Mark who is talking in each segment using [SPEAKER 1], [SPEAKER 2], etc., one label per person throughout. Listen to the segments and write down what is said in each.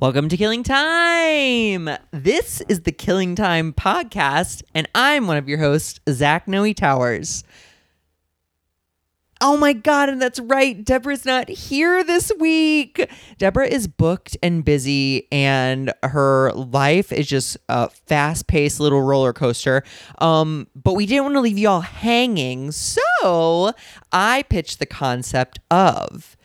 [SPEAKER 1] Welcome to Killing Time. This is the Killing Time podcast, and I'm one of your hosts, Zach Noe Towers. Oh my God, and that's right. Deborah's not here this week. Deborah is booked and busy, and her life is just a fast paced little roller coaster. Um, but we didn't want to leave y'all hanging. So I pitched the concept of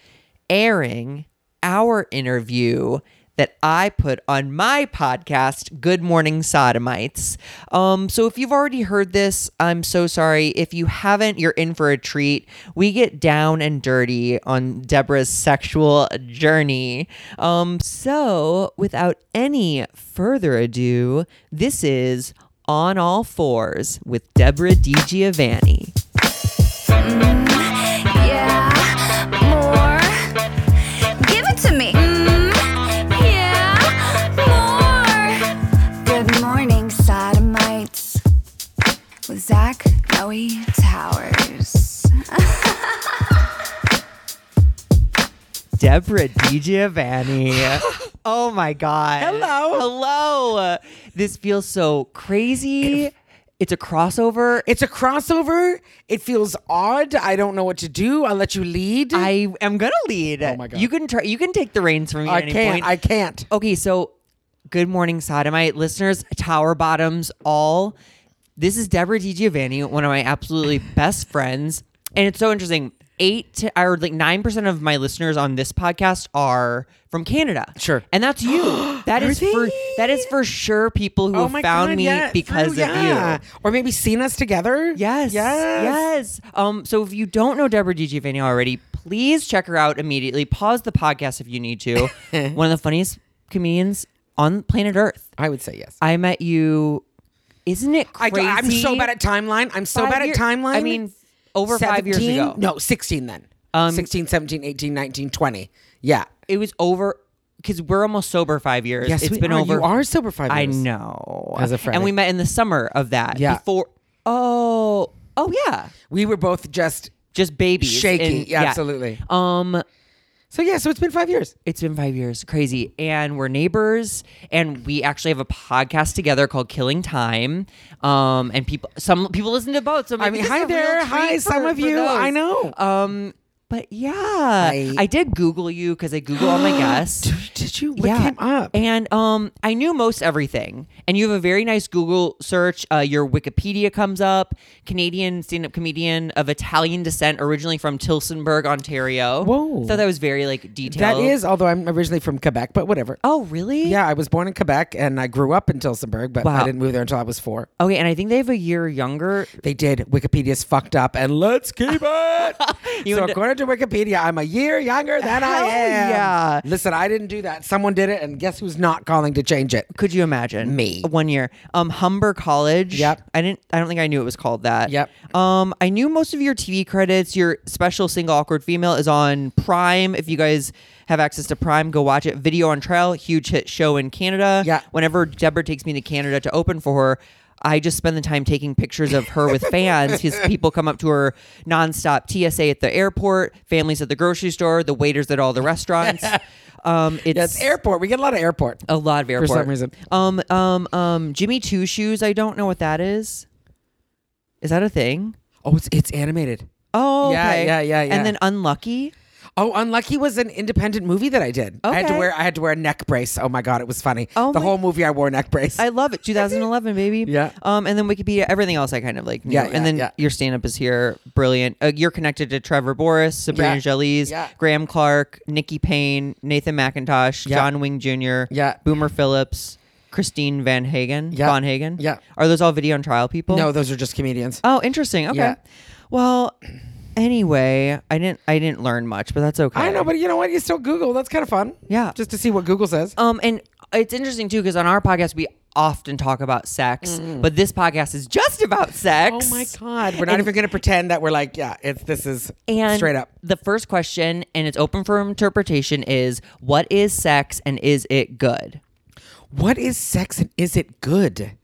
[SPEAKER 1] airing our interview that I put on my podcast, Good Morning Sodomites. Um, so if you've already heard this, I'm so sorry. If you haven't, you're in for a treat. We get down and dirty on Deborah's sexual journey. Um, so without any further ado, this is On All Fours with Deborah DiGiovanni.
[SPEAKER 2] Yeah, more. Give it to me. Mm, yeah, more. Good morning, sodomites. With Zach Noe Towers.
[SPEAKER 1] Deborah DiGiovanni. oh my God. Hello. Hello. This feels so crazy. It's a crossover.
[SPEAKER 3] It's a crossover. It feels odd. I don't know what to do. I'll let you lead.
[SPEAKER 1] I am gonna lead. Oh
[SPEAKER 3] my God.
[SPEAKER 1] You can try you can take the reins from me
[SPEAKER 3] I
[SPEAKER 1] at any
[SPEAKER 3] can't.
[SPEAKER 1] point. Oh,
[SPEAKER 3] I can't.
[SPEAKER 1] okay, so good morning, sodomite listeners, tower bottoms, all. This is Deborah DiGiovanni, one of my absolutely best friends. And it's so interesting. Eight to, or like nine percent of my listeners on this podcast are from Canada.
[SPEAKER 3] Sure.
[SPEAKER 1] And that's you. that is
[SPEAKER 3] Are
[SPEAKER 1] for
[SPEAKER 3] they?
[SPEAKER 1] that is for sure people who
[SPEAKER 3] Oh
[SPEAKER 1] have
[SPEAKER 3] my
[SPEAKER 1] found
[SPEAKER 3] God,
[SPEAKER 1] me
[SPEAKER 3] yeah,
[SPEAKER 1] because
[SPEAKER 3] true,
[SPEAKER 1] of
[SPEAKER 3] yeah.
[SPEAKER 1] you.
[SPEAKER 3] Or maybe seen us together.
[SPEAKER 1] Yes.
[SPEAKER 3] Yes.
[SPEAKER 1] Yes. Um, so if you don't know Deborah DiGiovanni already, please check her out immediately. Pause the podcast if you need to. One of the funniest comedians on planet Earth.
[SPEAKER 3] I would say yes.
[SPEAKER 1] I met you. Isn't it
[SPEAKER 3] I,
[SPEAKER 1] crazy?
[SPEAKER 3] am so bad at timeline. I'm so
[SPEAKER 1] Five
[SPEAKER 3] bad at
[SPEAKER 1] year-
[SPEAKER 3] timeline.
[SPEAKER 1] I mean, over five years
[SPEAKER 3] 17?
[SPEAKER 1] ago.
[SPEAKER 3] No, 16 then.
[SPEAKER 1] Um,
[SPEAKER 3] 16, 17, 18, 19, 20. Yeah.
[SPEAKER 1] It was over because we're almost sober five years.
[SPEAKER 3] Yes,
[SPEAKER 1] It's
[SPEAKER 3] we
[SPEAKER 1] been
[SPEAKER 3] are.
[SPEAKER 1] over.
[SPEAKER 3] oh, You are sober five
[SPEAKER 1] I
[SPEAKER 3] years.
[SPEAKER 1] know.
[SPEAKER 3] As a
[SPEAKER 1] and we
[SPEAKER 3] Friday.
[SPEAKER 1] met in the summer of that.
[SPEAKER 3] Yeah.
[SPEAKER 1] Before. Oh. Oh yeah.
[SPEAKER 3] We were both just
[SPEAKER 1] Just babies.
[SPEAKER 3] shaky.
[SPEAKER 1] And-
[SPEAKER 3] yeah, absolutely.
[SPEAKER 1] Um.
[SPEAKER 3] So yeah, so it's been five years.
[SPEAKER 1] It's been five years. Crazy. And we're neighbors. And we actually have a podcast together called Killing Time. Um, and people some people listen to both. So
[SPEAKER 3] I
[SPEAKER 1] maybe
[SPEAKER 3] mean,
[SPEAKER 1] this is
[SPEAKER 3] hi
[SPEAKER 1] a real
[SPEAKER 3] there.
[SPEAKER 1] treat
[SPEAKER 3] Hi,
[SPEAKER 1] for-
[SPEAKER 3] some of
[SPEAKER 1] for
[SPEAKER 3] you. I
[SPEAKER 1] those.
[SPEAKER 3] know.
[SPEAKER 1] Um, but yeah, I,
[SPEAKER 3] I-
[SPEAKER 1] did Google you because I Google all my guests.
[SPEAKER 3] Did, did you? What came up?
[SPEAKER 1] And um, I knew most everything. And you have a very nice Google search. Uh, your Wikipedia comes up. Canadian stand-up comedian of Italian descent, originally from Tilsonburg, Ontario.
[SPEAKER 3] Whoa.
[SPEAKER 1] Thought that was very like detailed.
[SPEAKER 3] That is, although I'm originally from Quebec, but whatever.
[SPEAKER 1] Oh, really?
[SPEAKER 3] Yeah, I was born in Quebec and I grew up in Tilsonburg, but
[SPEAKER 1] Wow.
[SPEAKER 3] I didn't move there until I was four.
[SPEAKER 1] Okay, and I think they have a year younger.
[SPEAKER 3] They did. Wikipedia's fucked up, and let's keep it.
[SPEAKER 1] You
[SPEAKER 3] so,
[SPEAKER 1] and-
[SPEAKER 3] according to Wikipedia, I'm a year younger than I
[SPEAKER 1] Hell
[SPEAKER 3] am.
[SPEAKER 1] yeah.
[SPEAKER 3] Listen, I didn't do that. Someone did it, and guess who's not calling to change it?
[SPEAKER 1] Could you imagine
[SPEAKER 3] Me.
[SPEAKER 1] one year? Um, Humber College.
[SPEAKER 3] Yep.
[SPEAKER 1] I didn't. I don't think I knew it was called that.
[SPEAKER 3] Yep.
[SPEAKER 1] Um, I knew most of your TV credits. Your special single "Awkward Female" is on Prime. If you guys have access to Prime, go watch it. Video on Trial, huge hit show in Canada.
[SPEAKER 3] Yeah.
[SPEAKER 1] Whenever Deborah takes me to Canada to open for her. I just spend the time taking pictures of her with fans because people come up to her nonstop. TSA at the airport, families at the grocery store, the waiters at all the restaurants. Um, it's,
[SPEAKER 3] That's airport. We get a lot of airport.
[SPEAKER 1] a lot of airport
[SPEAKER 3] some reason.
[SPEAKER 1] Um, um, um, Jimmy Two Shoes. I don't know what that is. Is that a thing?
[SPEAKER 3] Oh, it's, it's animated.
[SPEAKER 1] Oh,
[SPEAKER 3] Yeah,
[SPEAKER 1] okay.
[SPEAKER 3] yeah, yeah, yeah.
[SPEAKER 1] And then Unlucky.
[SPEAKER 3] Oh, Unlucky was an independent movie that I did. I had to
[SPEAKER 1] Okay.
[SPEAKER 3] wear I had to wear a neck brace. Oh my god, it was funny.
[SPEAKER 1] Oh
[SPEAKER 3] the
[SPEAKER 1] my-
[SPEAKER 3] whole movie I wore a neck brace.
[SPEAKER 1] I love it. 2011, baby.
[SPEAKER 3] Yeah.
[SPEAKER 1] Um, and then Wikipedia. Everything else, I kind of like. Knew.
[SPEAKER 3] Yeah, yeah,
[SPEAKER 1] and then
[SPEAKER 3] yeah.
[SPEAKER 1] your stand up is here. Brilliant. Uh, you're connected to Trevor Boris, Sabrina
[SPEAKER 3] Yeah,
[SPEAKER 1] Jelies,
[SPEAKER 3] yeah.
[SPEAKER 1] Graham Clark, Nikki Payne, Nathan McIntosh,
[SPEAKER 3] Yeah.
[SPEAKER 1] John Wing Jr.
[SPEAKER 3] Yeah.
[SPEAKER 1] Boomer Phillips, Christine Van Hagen.
[SPEAKER 3] Yeah.
[SPEAKER 1] Von Hagen.
[SPEAKER 3] Yeah.
[SPEAKER 1] Are those all video on trial people?
[SPEAKER 3] no, those are just comedians.
[SPEAKER 1] Oh, interesting. Okay.
[SPEAKER 3] Yeah.
[SPEAKER 1] Well, anyway, I didn't I didn't learn much, but that's okay.
[SPEAKER 3] I know, but you know what? You still Google. That's kind of fun.
[SPEAKER 1] Yeah.
[SPEAKER 3] Just to see what Google says.
[SPEAKER 1] um and it's interesting too because on our podcast we often talk about sex, but this podcast is just about sex.
[SPEAKER 3] Mm-hmm. Oh my God. We're not
[SPEAKER 1] And-
[SPEAKER 3] even going to pretend that we're like, yeah, it's this is
[SPEAKER 1] And
[SPEAKER 3] straight up.
[SPEAKER 1] The first question, and it's open for interpretation, is what is sex and is it good?
[SPEAKER 3] What is sex and is it good?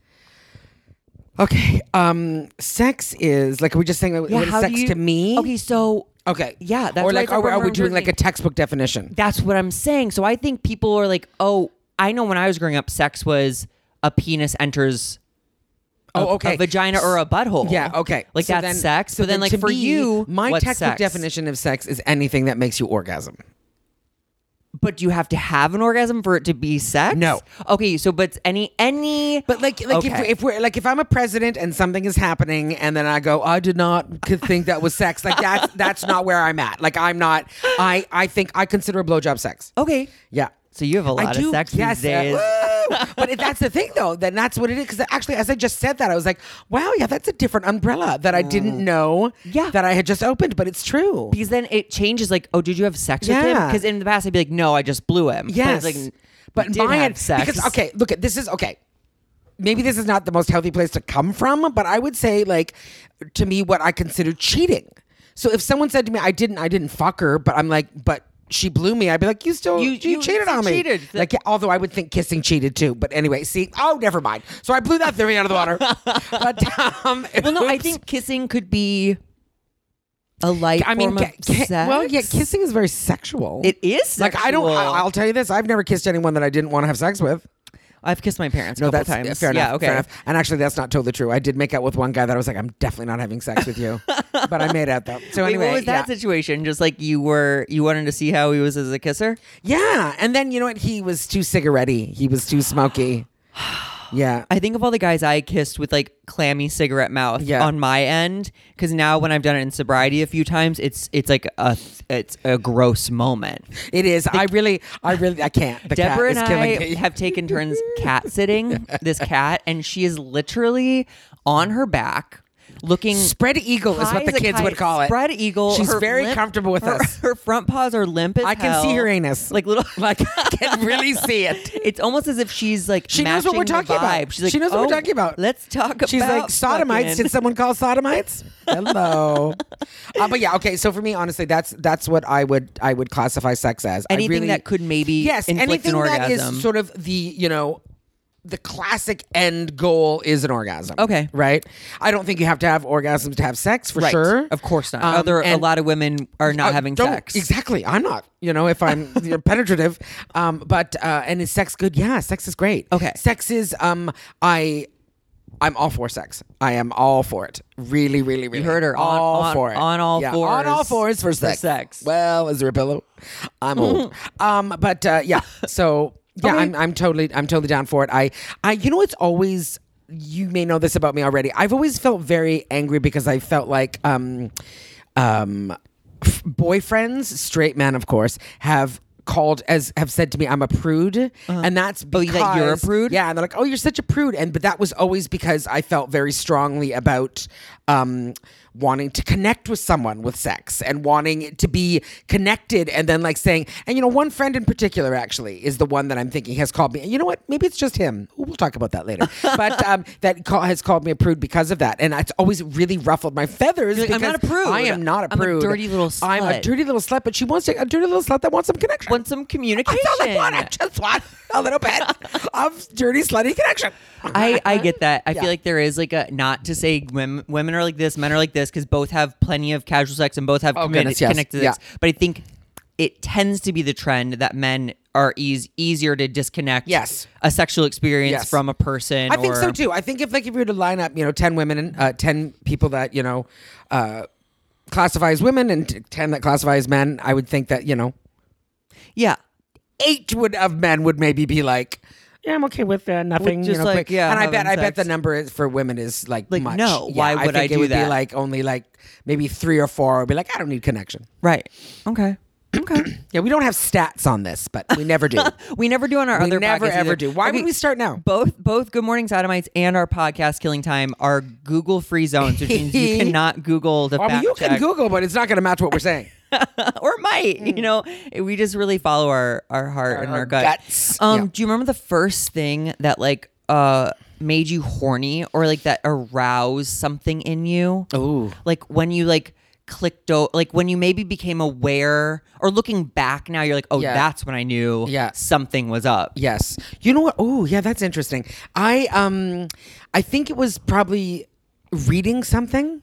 [SPEAKER 3] Okay. Um, sex is like, are we just saying like, what is
[SPEAKER 1] do
[SPEAKER 3] sex
[SPEAKER 1] you-
[SPEAKER 3] to me?
[SPEAKER 1] Okay, so
[SPEAKER 3] Okay.
[SPEAKER 1] Yeah, that's
[SPEAKER 3] or
[SPEAKER 1] why
[SPEAKER 3] like,
[SPEAKER 1] it's
[SPEAKER 3] are, we-
[SPEAKER 1] open
[SPEAKER 3] are
[SPEAKER 1] for
[SPEAKER 3] we doing like a
[SPEAKER 1] interpretation.
[SPEAKER 3] textbook definition?
[SPEAKER 1] That's what I'm saying. So I think people are like, oh, I know when I was growing up, sex was a penis enters a,
[SPEAKER 3] Oh, okay.
[SPEAKER 1] a vagina or a butthole.
[SPEAKER 3] Yeah, okay.
[SPEAKER 1] Like
[SPEAKER 3] So
[SPEAKER 1] that's
[SPEAKER 3] then-
[SPEAKER 1] sex.
[SPEAKER 3] so
[SPEAKER 1] but then, like
[SPEAKER 3] to
[SPEAKER 1] for
[SPEAKER 3] me,
[SPEAKER 1] you,
[SPEAKER 3] my
[SPEAKER 1] what's sex?
[SPEAKER 3] textbook definition of sex is anything that makes you orgasm.
[SPEAKER 1] But do you have to have an orgasm for it to be sex?
[SPEAKER 3] No.
[SPEAKER 1] Okay, so but any any
[SPEAKER 3] But like, like if,
[SPEAKER 1] Okay.
[SPEAKER 3] if we're like, if I'm a president and something is happening, and then I go, I did not could think that was sex. Like that's that's not where I'm at. Like I'm not. I I think I consider a blowjob sex.
[SPEAKER 1] Okay.
[SPEAKER 3] Yeah.
[SPEAKER 1] So you have a
[SPEAKER 3] I
[SPEAKER 1] lot of
[SPEAKER 3] do-
[SPEAKER 1] sex
[SPEAKER 3] yes,
[SPEAKER 1] these days.
[SPEAKER 3] uh, woo! but if that's the thing, though, then that's what it is. Because actually, as I just said that, I was like, "Wow, yeah, that's a different umbrella that I didn't know
[SPEAKER 1] Mm. Yeah.
[SPEAKER 3] that I had just opened." But it's true.
[SPEAKER 1] because then it changes like, oh, did you have sex with him?
[SPEAKER 3] Yeah.
[SPEAKER 1] Because in the past I'd be like, no, I just blew him.
[SPEAKER 3] Yes.
[SPEAKER 1] But, it's like,
[SPEAKER 3] but
[SPEAKER 1] you did
[SPEAKER 3] my
[SPEAKER 1] have sex.
[SPEAKER 3] because okay, look at this is okay. Maybe this is not the most healthy place to come from, but I would say like to me what I consider cheating. So if someone said to me, "I didn't, I didn't fuck her," but I'm like, but. She blew me. I'd be like, "You still
[SPEAKER 1] You-
[SPEAKER 3] you,
[SPEAKER 1] you
[SPEAKER 3] cheated
[SPEAKER 1] still
[SPEAKER 3] on me."
[SPEAKER 1] cheated.
[SPEAKER 3] Like, yeah, although I would think kissing cheated too. But anyway, see, oh, never mind. So I blew that theory out of the water. but um,
[SPEAKER 1] Well, no, I
[SPEAKER 3] oops.
[SPEAKER 1] think kissing could be a light
[SPEAKER 3] I mean,
[SPEAKER 1] form of
[SPEAKER 3] ca- ca-
[SPEAKER 1] sex.
[SPEAKER 3] well, yeah, kissing is very sexual.
[SPEAKER 1] It is
[SPEAKER 3] like I don't. I,
[SPEAKER 1] sexual.
[SPEAKER 3] I'll tell you this: I've never kissed anyone that I didn't want to have sex with.
[SPEAKER 1] I've kissed my parents a
[SPEAKER 3] No,
[SPEAKER 1] couple
[SPEAKER 3] that's
[SPEAKER 1] times.
[SPEAKER 3] yeah, fair enough.
[SPEAKER 1] Yeah, okay.
[SPEAKER 3] Fair enough. And actually, that's not totally true. I did make out with one guy that I was like, I'm definitely not having sex with you, but I made out though. So
[SPEAKER 1] Wait,
[SPEAKER 3] anyway,
[SPEAKER 1] what was that
[SPEAKER 3] yeah.
[SPEAKER 1] situation? Just like you were, you wanted to see how he was as a kisser.
[SPEAKER 3] yeah. And then you know what? He was too cigaretty. He was too smoky. Yeah.
[SPEAKER 1] I think of all the guys I kissed with like clammy cigarette mouth
[SPEAKER 3] Yeah.
[SPEAKER 1] on my end, because now when I've done it in sobriety a few times, it's it's like a it's a gross moment.
[SPEAKER 3] It is. I really, I really, I can't. The
[SPEAKER 1] Deborah and
[SPEAKER 3] cat is
[SPEAKER 1] I
[SPEAKER 3] killing me.
[SPEAKER 1] have taken turns cat sitting this cat, and she is literally on her back, looking
[SPEAKER 3] Spread eagle is
[SPEAKER 1] high
[SPEAKER 3] what the
[SPEAKER 1] as a
[SPEAKER 3] kids
[SPEAKER 1] kite,
[SPEAKER 3] would call it.
[SPEAKER 1] Spread eagle.
[SPEAKER 3] She's
[SPEAKER 1] Her
[SPEAKER 3] very
[SPEAKER 1] limp-
[SPEAKER 3] comfortable with
[SPEAKER 1] her-
[SPEAKER 3] us.
[SPEAKER 1] Her front paws are limp as
[SPEAKER 3] I can see
[SPEAKER 1] hell.
[SPEAKER 3] her anus.
[SPEAKER 1] like little
[SPEAKER 3] Like I can really see it.
[SPEAKER 1] It's almost as if she's like
[SPEAKER 3] She knows what
[SPEAKER 1] matching
[SPEAKER 3] we're
[SPEAKER 1] the
[SPEAKER 3] talking
[SPEAKER 1] vibe.
[SPEAKER 3] about.
[SPEAKER 1] She's like,
[SPEAKER 3] she knows what
[SPEAKER 1] "Oh,
[SPEAKER 3] we're talking about.
[SPEAKER 1] Let's talk about.
[SPEAKER 3] She's like sodomites.
[SPEAKER 1] fucking-"
[SPEAKER 3] Did someone call sodomites? Hello. uh, but yeah, okay. So for me, honestly, that's that's what I would I would classify sex as. I
[SPEAKER 1] Anything
[SPEAKER 3] really-
[SPEAKER 1] that could maybe
[SPEAKER 3] yes,
[SPEAKER 1] inflict
[SPEAKER 3] anything
[SPEAKER 1] an
[SPEAKER 3] that
[SPEAKER 1] orgasm.
[SPEAKER 3] is sort of the you know the classic end goal is an orgasm.
[SPEAKER 1] Okay.
[SPEAKER 3] right. I don't think you have to have orgasms to have sex for
[SPEAKER 1] Right.
[SPEAKER 3] sure.
[SPEAKER 1] Of course not.
[SPEAKER 3] Um,
[SPEAKER 1] Other a
[SPEAKER 3] and-
[SPEAKER 1] lot of women are not
[SPEAKER 3] uh,
[SPEAKER 1] having
[SPEAKER 3] don't-
[SPEAKER 1] sex.
[SPEAKER 3] Exactly. I'm not, you know, if I'm you know, penetrative. Um, but uh, and is sex good? Yeah, sex is great.
[SPEAKER 1] Okay.
[SPEAKER 3] Sex is um I I'm all for sex. I am all for it. Really, really, really.
[SPEAKER 1] heard her. On-
[SPEAKER 3] all
[SPEAKER 1] on-
[SPEAKER 3] for it.
[SPEAKER 1] on all
[SPEAKER 3] yeah, On all
[SPEAKER 1] fours
[SPEAKER 3] fours for
[SPEAKER 1] for
[SPEAKER 3] sex.
[SPEAKER 1] sex.
[SPEAKER 3] Well, is there a pillow? I'm old. um, but uh, yeah. So yeah,
[SPEAKER 1] Okay.
[SPEAKER 3] I'm I'm totally I'm totally down for it. I I you know it's always you may know this about me already. I've always felt very angry because I felt like um um f- boyfriends, straight men of course, have called as have said to me I'm a prude and that's
[SPEAKER 1] Oh,
[SPEAKER 3] because
[SPEAKER 1] you- that you're a prude?
[SPEAKER 3] yeah and they're like oh you're such a prude and but that was always because I felt very strongly about um wanting to connect with someone with sex and wanting it to be connected and then like saying and you know one friend in particular actually is the one that I'm thinking has called me and you know what maybe it's just him we'll talk about that later but um that call has called me a prude because of that and it's always really ruffled my feathers
[SPEAKER 1] You're like, "I'm not a
[SPEAKER 3] because
[SPEAKER 1] prude.
[SPEAKER 3] I am not a
[SPEAKER 1] I'm a
[SPEAKER 3] prude.
[SPEAKER 1] dirty little
[SPEAKER 3] I'm a
[SPEAKER 1] slut."
[SPEAKER 3] dirty little slut, but she wants to, a dirty little slut that wants some connection.
[SPEAKER 1] Want some communication?
[SPEAKER 3] That's all I want. I just want a little bit of dirty slutty connection.
[SPEAKER 1] I, I get that. I
[SPEAKER 3] Yeah.
[SPEAKER 1] feel like there is like a not to say women, women are like this, men are like this, because both have plenty of casual sex and both have
[SPEAKER 3] Oh,
[SPEAKER 1] committed,
[SPEAKER 3] goodness, yes.
[SPEAKER 1] connected sex. But I think it tends to be the trend that men are eas- easier to disconnect
[SPEAKER 3] Yes.
[SPEAKER 1] a sexual experience
[SPEAKER 3] Yes.
[SPEAKER 1] from a person.
[SPEAKER 3] I think so
[SPEAKER 1] or-
[SPEAKER 3] too. I think if like if you were to line up, you know, ten women and uh, ten people that you know uh, classify as women and t- ten that classify as men, I would think that you know
[SPEAKER 1] Yeah.
[SPEAKER 3] eight would of men would maybe be like. Yeah, I'm okay with uh, nothing.
[SPEAKER 1] just
[SPEAKER 3] you know,
[SPEAKER 1] like,
[SPEAKER 3] quick."
[SPEAKER 1] yeah,
[SPEAKER 3] and I bet
[SPEAKER 1] having
[SPEAKER 3] I bet the
[SPEAKER 1] sex.
[SPEAKER 3] number is, for women is like,
[SPEAKER 1] Like,
[SPEAKER 3] much.
[SPEAKER 1] no,
[SPEAKER 3] Yeah,
[SPEAKER 1] why
[SPEAKER 3] I
[SPEAKER 1] would I
[SPEAKER 3] think it
[SPEAKER 1] do
[SPEAKER 3] would be
[SPEAKER 1] that?
[SPEAKER 3] like only like maybe three or four would be like, I don't need connection.
[SPEAKER 1] Right. Okay. Okay.
[SPEAKER 3] Yeah, we don't have stats on this, but we never do.
[SPEAKER 1] we never do on our
[SPEAKER 3] We
[SPEAKER 1] other
[SPEAKER 3] never,
[SPEAKER 1] podcasts
[SPEAKER 3] ever
[SPEAKER 1] either.
[SPEAKER 3] do. Why would we start now?
[SPEAKER 1] Both both Good Morning Sodomites and our podcast Killing Time are Google free zones, which means you cannot Google the
[SPEAKER 3] I mean,
[SPEAKER 1] fact
[SPEAKER 3] you can
[SPEAKER 1] check.
[SPEAKER 3] Google, but it's not going to match what we're saying.
[SPEAKER 1] or might. You know, we just really follow our our heart and
[SPEAKER 3] Mm. our
[SPEAKER 1] our, gut.
[SPEAKER 3] guts.
[SPEAKER 1] Um,
[SPEAKER 3] Yeah.
[SPEAKER 1] do you remember the first thing that like uh made you horny or like that aroused something in you?
[SPEAKER 3] Ooh.
[SPEAKER 1] Like when you like clicked o- like when you maybe became aware or looking back now you're like, "Oh,
[SPEAKER 3] Yeah.
[SPEAKER 1] that's when I knew
[SPEAKER 3] Yeah.
[SPEAKER 1] something was up."
[SPEAKER 3] Yes. You know what? Oh, yeah, that's interesting. I um I think it was probably reading something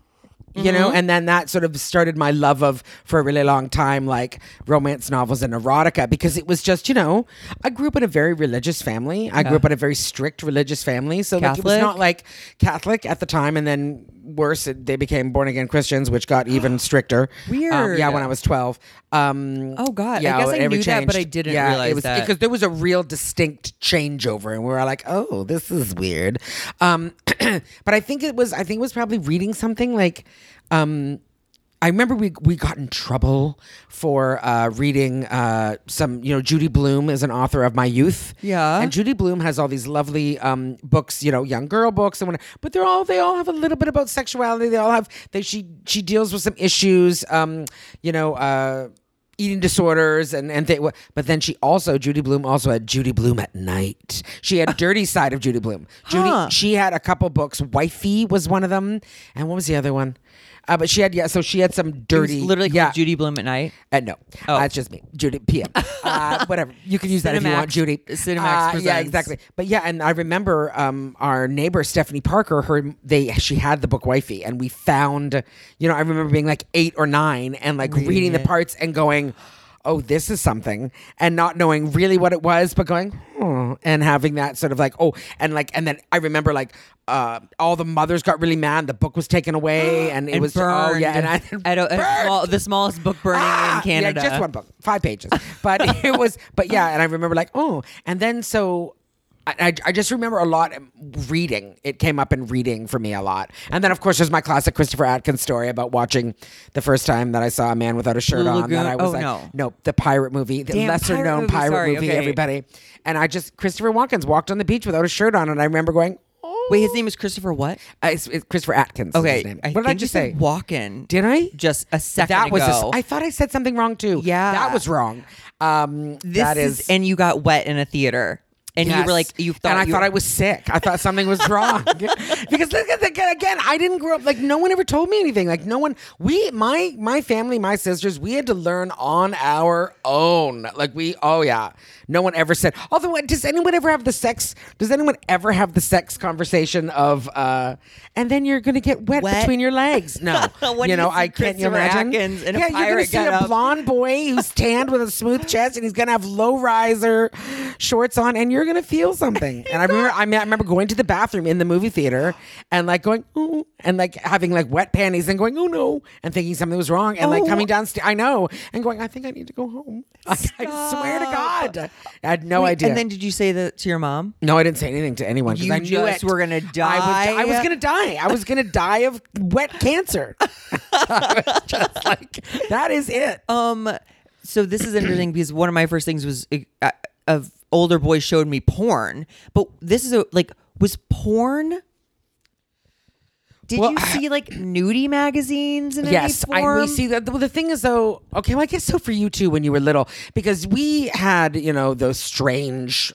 [SPEAKER 3] you know and then that sort of started my love of for a really long time like romance novels and erotica because it was just you know i grew up in a very religious family i grew up in a very strict religious family so like, it was
[SPEAKER 1] Catholic?
[SPEAKER 3] not like catholic at the time and then worse it- they became born again christians which got even stricter Um, yeah
[SPEAKER 1] Weird.
[SPEAKER 3] when i was 12 um
[SPEAKER 1] Oh, God. I guess I
[SPEAKER 3] it ever
[SPEAKER 1] knew that, but I didn't
[SPEAKER 3] yeah,
[SPEAKER 1] realize
[SPEAKER 3] it was,
[SPEAKER 1] that.
[SPEAKER 3] because there was a real distinct changeover, and we were like, "Oh, this is weird." Um, but I think it was, I think it was probably reading something like, um, I remember we we got in trouble for uh, reading uh, some, you know, Judy Bloom is an author of my youth,
[SPEAKER 1] Yeah.
[SPEAKER 3] and Judy Bloom has all these lovely um, books, you know, young girl books and whatnot. But they're all they all have a little bit about sexuality. They all have they she she deals with some issues, um, you know, uh, eating disorders and and they, but then she also Judy Bloom also had Judy Bloom at night. She had Dirty Side of Judy Bloom. Judy
[SPEAKER 1] Huh.
[SPEAKER 3] she had a couple books. Wifey was one of them, and what was the other one? Uh, but she had yeah, so she had some
[SPEAKER 1] It's
[SPEAKER 3] dirty
[SPEAKER 1] literally
[SPEAKER 3] yeah.
[SPEAKER 1] called Judy Bloom at night.
[SPEAKER 3] Uh, no,
[SPEAKER 1] Oh.
[SPEAKER 3] that's just me, Judy PM. Uh, whatever, you can use that if you
[SPEAKER 1] Cinemax-
[SPEAKER 3] want, Judy.
[SPEAKER 1] Cinemax
[SPEAKER 3] Uh, yeah,
[SPEAKER 1] presents.
[SPEAKER 3] exactly. But yeah, and I remember um, our neighbor Stephanie Parker. Her they she had the book Wifey, and we found. You know, I remember being like eight or nine, and like reading, the parts and going. Oh, this is something, and not knowing really what it was, but going, hmm, and having that sort of like, oh, and like, and then I remember like, uh, all the mothers got really mad. The book was taken away, and it
[SPEAKER 1] and
[SPEAKER 3] was,
[SPEAKER 1] burned
[SPEAKER 3] oh yeah, and I
[SPEAKER 1] at a, a
[SPEAKER 3] Burned!
[SPEAKER 1] small, the smallest book burning in
[SPEAKER 3] Ah!
[SPEAKER 1] Canada.
[SPEAKER 3] Yeah, just one book, five pages. But it was, but yeah, and I remember like, oh, and then so. I, I- I just remember a lot um, reading. It came up in reading for me a lot. And then, of course, there's my classic Christopher Atkins story about watching the first time that I saw a man without a shirt
[SPEAKER 1] Blue
[SPEAKER 3] on. That
[SPEAKER 1] Lagoon?
[SPEAKER 3] I was
[SPEAKER 1] Oh,
[SPEAKER 3] like,
[SPEAKER 1] no.
[SPEAKER 3] the pirate movie, the
[SPEAKER 1] Damn,
[SPEAKER 3] lesser
[SPEAKER 1] pirate
[SPEAKER 3] known
[SPEAKER 1] movie,
[SPEAKER 3] pirate
[SPEAKER 1] sorry,
[SPEAKER 3] movie,
[SPEAKER 1] okay.
[SPEAKER 3] everybody. And I just, Christopher Watkins walked on the beach without a shirt on. And I remember going, oh.
[SPEAKER 1] Wait, his name is Christopher what?
[SPEAKER 3] Uh, it's, it's Christopher Atkins. is his
[SPEAKER 1] Okay,
[SPEAKER 3] name.
[SPEAKER 1] I
[SPEAKER 3] what did I
[SPEAKER 1] think you
[SPEAKER 3] just
[SPEAKER 1] said
[SPEAKER 3] say?
[SPEAKER 1] Walken.
[SPEAKER 3] Did I?
[SPEAKER 1] Just a second
[SPEAKER 3] that was a s-
[SPEAKER 1] ago.
[SPEAKER 3] I thought I said something wrong too.
[SPEAKER 1] Yeah.
[SPEAKER 3] that was wrong. Um,
[SPEAKER 1] this
[SPEAKER 3] that
[SPEAKER 1] is,
[SPEAKER 3] is.
[SPEAKER 1] and you got wet in a theater, and you
[SPEAKER 3] yes.
[SPEAKER 1] were like, you thought,
[SPEAKER 3] and I
[SPEAKER 1] you-
[SPEAKER 3] thought I was sick. I thought something was wrong because look at the, again, I didn't grow up like no one ever told me anything. Like no one, we, my, my family, my sisters, we had to learn on our own. Like we, oh yeah, no one ever said. Although, what- does anyone ever have the sex? Does anyone ever have the sex conversation of, uh, and then you're gonna get wet,
[SPEAKER 1] Wet.
[SPEAKER 3] between your legs? No,
[SPEAKER 1] When
[SPEAKER 3] you
[SPEAKER 1] you
[SPEAKER 3] know,
[SPEAKER 1] see
[SPEAKER 3] I can't
[SPEAKER 1] Christopher
[SPEAKER 3] you imagine.
[SPEAKER 1] Atkins in a
[SPEAKER 3] yeah, you're gonna
[SPEAKER 1] pirate
[SPEAKER 3] see a
[SPEAKER 1] getup.
[SPEAKER 3] blonde boy who's tanned with a smooth chest, and he's gonna have low riser shorts on, and you're gonna feel something. And I remember, I, mean, I remember going to the bathroom in the movie theater and like going, ooh, and like having like wet panties and going, oh no, and thinking something was wrong, and like
[SPEAKER 1] Oh.
[SPEAKER 3] coming downstairs, I know, and going, I think I need to go home. I, I swear to
[SPEAKER 1] Stop.
[SPEAKER 3] God, I had no
[SPEAKER 1] Wait,
[SPEAKER 3] idea.
[SPEAKER 1] And then did you say that to your mom?
[SPEAKER 3] No, I didn't say anything to anyone because
[SPEAKER 1] You
[SPEAKER 3] I knew
[SPEAKER 1] just
[SPEAKER 3] it.
[SPEAKER 1] were gonna
[SPEAKER 3] I was, I was
[SPEAKER 1] die?
[SPEAKER 3] gonna die. I was gonna die of wet cancer. I was just like that is it.
[SPEAKER 1] Um, so this is interesting because one of my first things was uh, of older boys showed me porn, but this is a like was porn. Did
[SPEAKER 3] Well,
[SPEAKER 1] you see like nudie magazines in
[SPEAKER 3] yes,
[SPEAKER 1] any form?
[SPEAKER 3] I we see that. Well, the thing is though, okay, well, I guess so for you too when you were little because we had you know those strange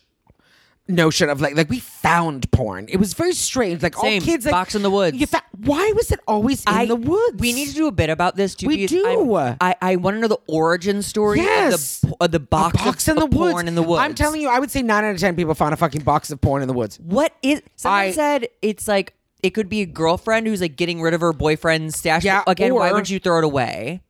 [SPEAKER 3] notion of like like we found porn. It was very strange. Like
[SPEAKER 1] Same.
[SPEAKER 3] all kids like
[SPEAKER 1] Box in the woods.
[SPEAKER 3] You fa- why was it always in the woods?
[SPEAKER 1] We need to do a bit about this too.
[SPEAKER 3] We
[SPEAKER 1] because I'm-
[SPEAKER 3] do.
[SPEAKER 1] I, I, want to know the origin story
[SPEAKER 3] Yes.
[SPEAKER 1] of the, of the box,
[SPEAKER 3] a box
[SPEAKER 1] of,
[SPEAKER 3] in the
[SPEAKER 1] of
[SPEAKER 3] woods.
[SPEAKER 1] Porn in the woods.
[SPEAKER 3] I'm telling you, I would say nine out of ten people found a fucking box of porn in the woods.
[SPEAKER 1] What is someone
[SPEAKER 3] I-
[SPEAKER 1] said it's like it could be a girlfriend who's like getting rid of her boyfriend's stash.
[SPEAKER 3] Yeah,
[SPEAKER 1] Again, why
[SPEAKER 3] or-
[SPEAKER 1] would you throw it away?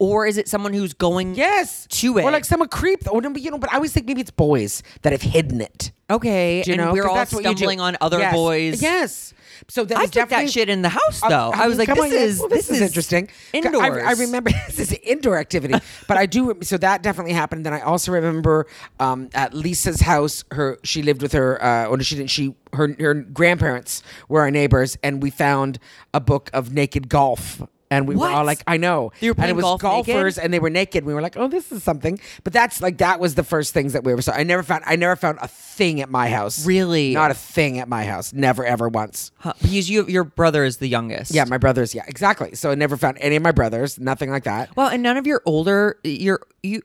[SPEAKER 1] Or is it someone who's going
[SPEAKER 3] Yes.
[SPEAKER 1] to it?
[SPEAKER 3] Or like someone creep. Or, Oh, no, but, you know, but I always think maybe it's boys that have hidden it.
[SPEAKER 1] okay,
[SPEAKER 3] Do you
[SPEAKER 1] and
[SPEAKER 3] know?
[SPEAKER 1] we're
[SPEAKER 3] 'Cause
[SPEAKER 1] all
[SPEAKER 3] that's what you do.
[SPEAKER 1] stumbling on other
[SPEAKER 3] Yes.
[SPEAKER 1] boys.
[SPEAKER 3] Yes. So that
[SPEAKER 1] I
[SPEAKER 3] was
[SPEAKER 1] took
[SPEAKER 3] definitely, Uh,
[SPEAKER 1] that shit in the house though. I,
[SPEAKER 3] mean,
[SPEAKER 1] was like,
[SPEAKER 3] come
[SPEAKER 1] this
[SPEAKER 3] on, yeah,
[SPEAKER 1] is
[SPEAKER 3] well,
[SPEAKER 1] this, is
[SPEAKER 3] interesting.
[SPEAKER 1] Indoors.
[SPEAKER 3] I, I remember this is indoor activity, but I do. rem- So that definitely happened. Then I also remember um, at Lisa's house. Her she lived with her. Uh, or she didn't. She her her grandparents were our neighbors, and we found a book of naked golf. And we
[SPEAKER 1] What?
[SPEAKER 3] were all like, I know.
[SPEAKER 1] They were
[SPEAKER 3] and
[SPEAKER 1] playing
[SPEAKER 3] it was
[SPEAKER 1] golf naked?
[SPEAKER 3] golfers and they were naked. We were like, oh, this is something. But that's like that was the first things that we ever saw. I never found I never found a thing at my house.
[SPEAKER 1] Really?
[SPEAKER 3] Not a thing at my house. Never ever once.
[SPEAKER 1] Huh, because you your brother is the youngest.
[SPEAKER 3] Yeah, my brothers. Yeah, exactly. So I never found any of my brothers. Nothing like that.
[SPEAKER 1] Well, and none of your older your you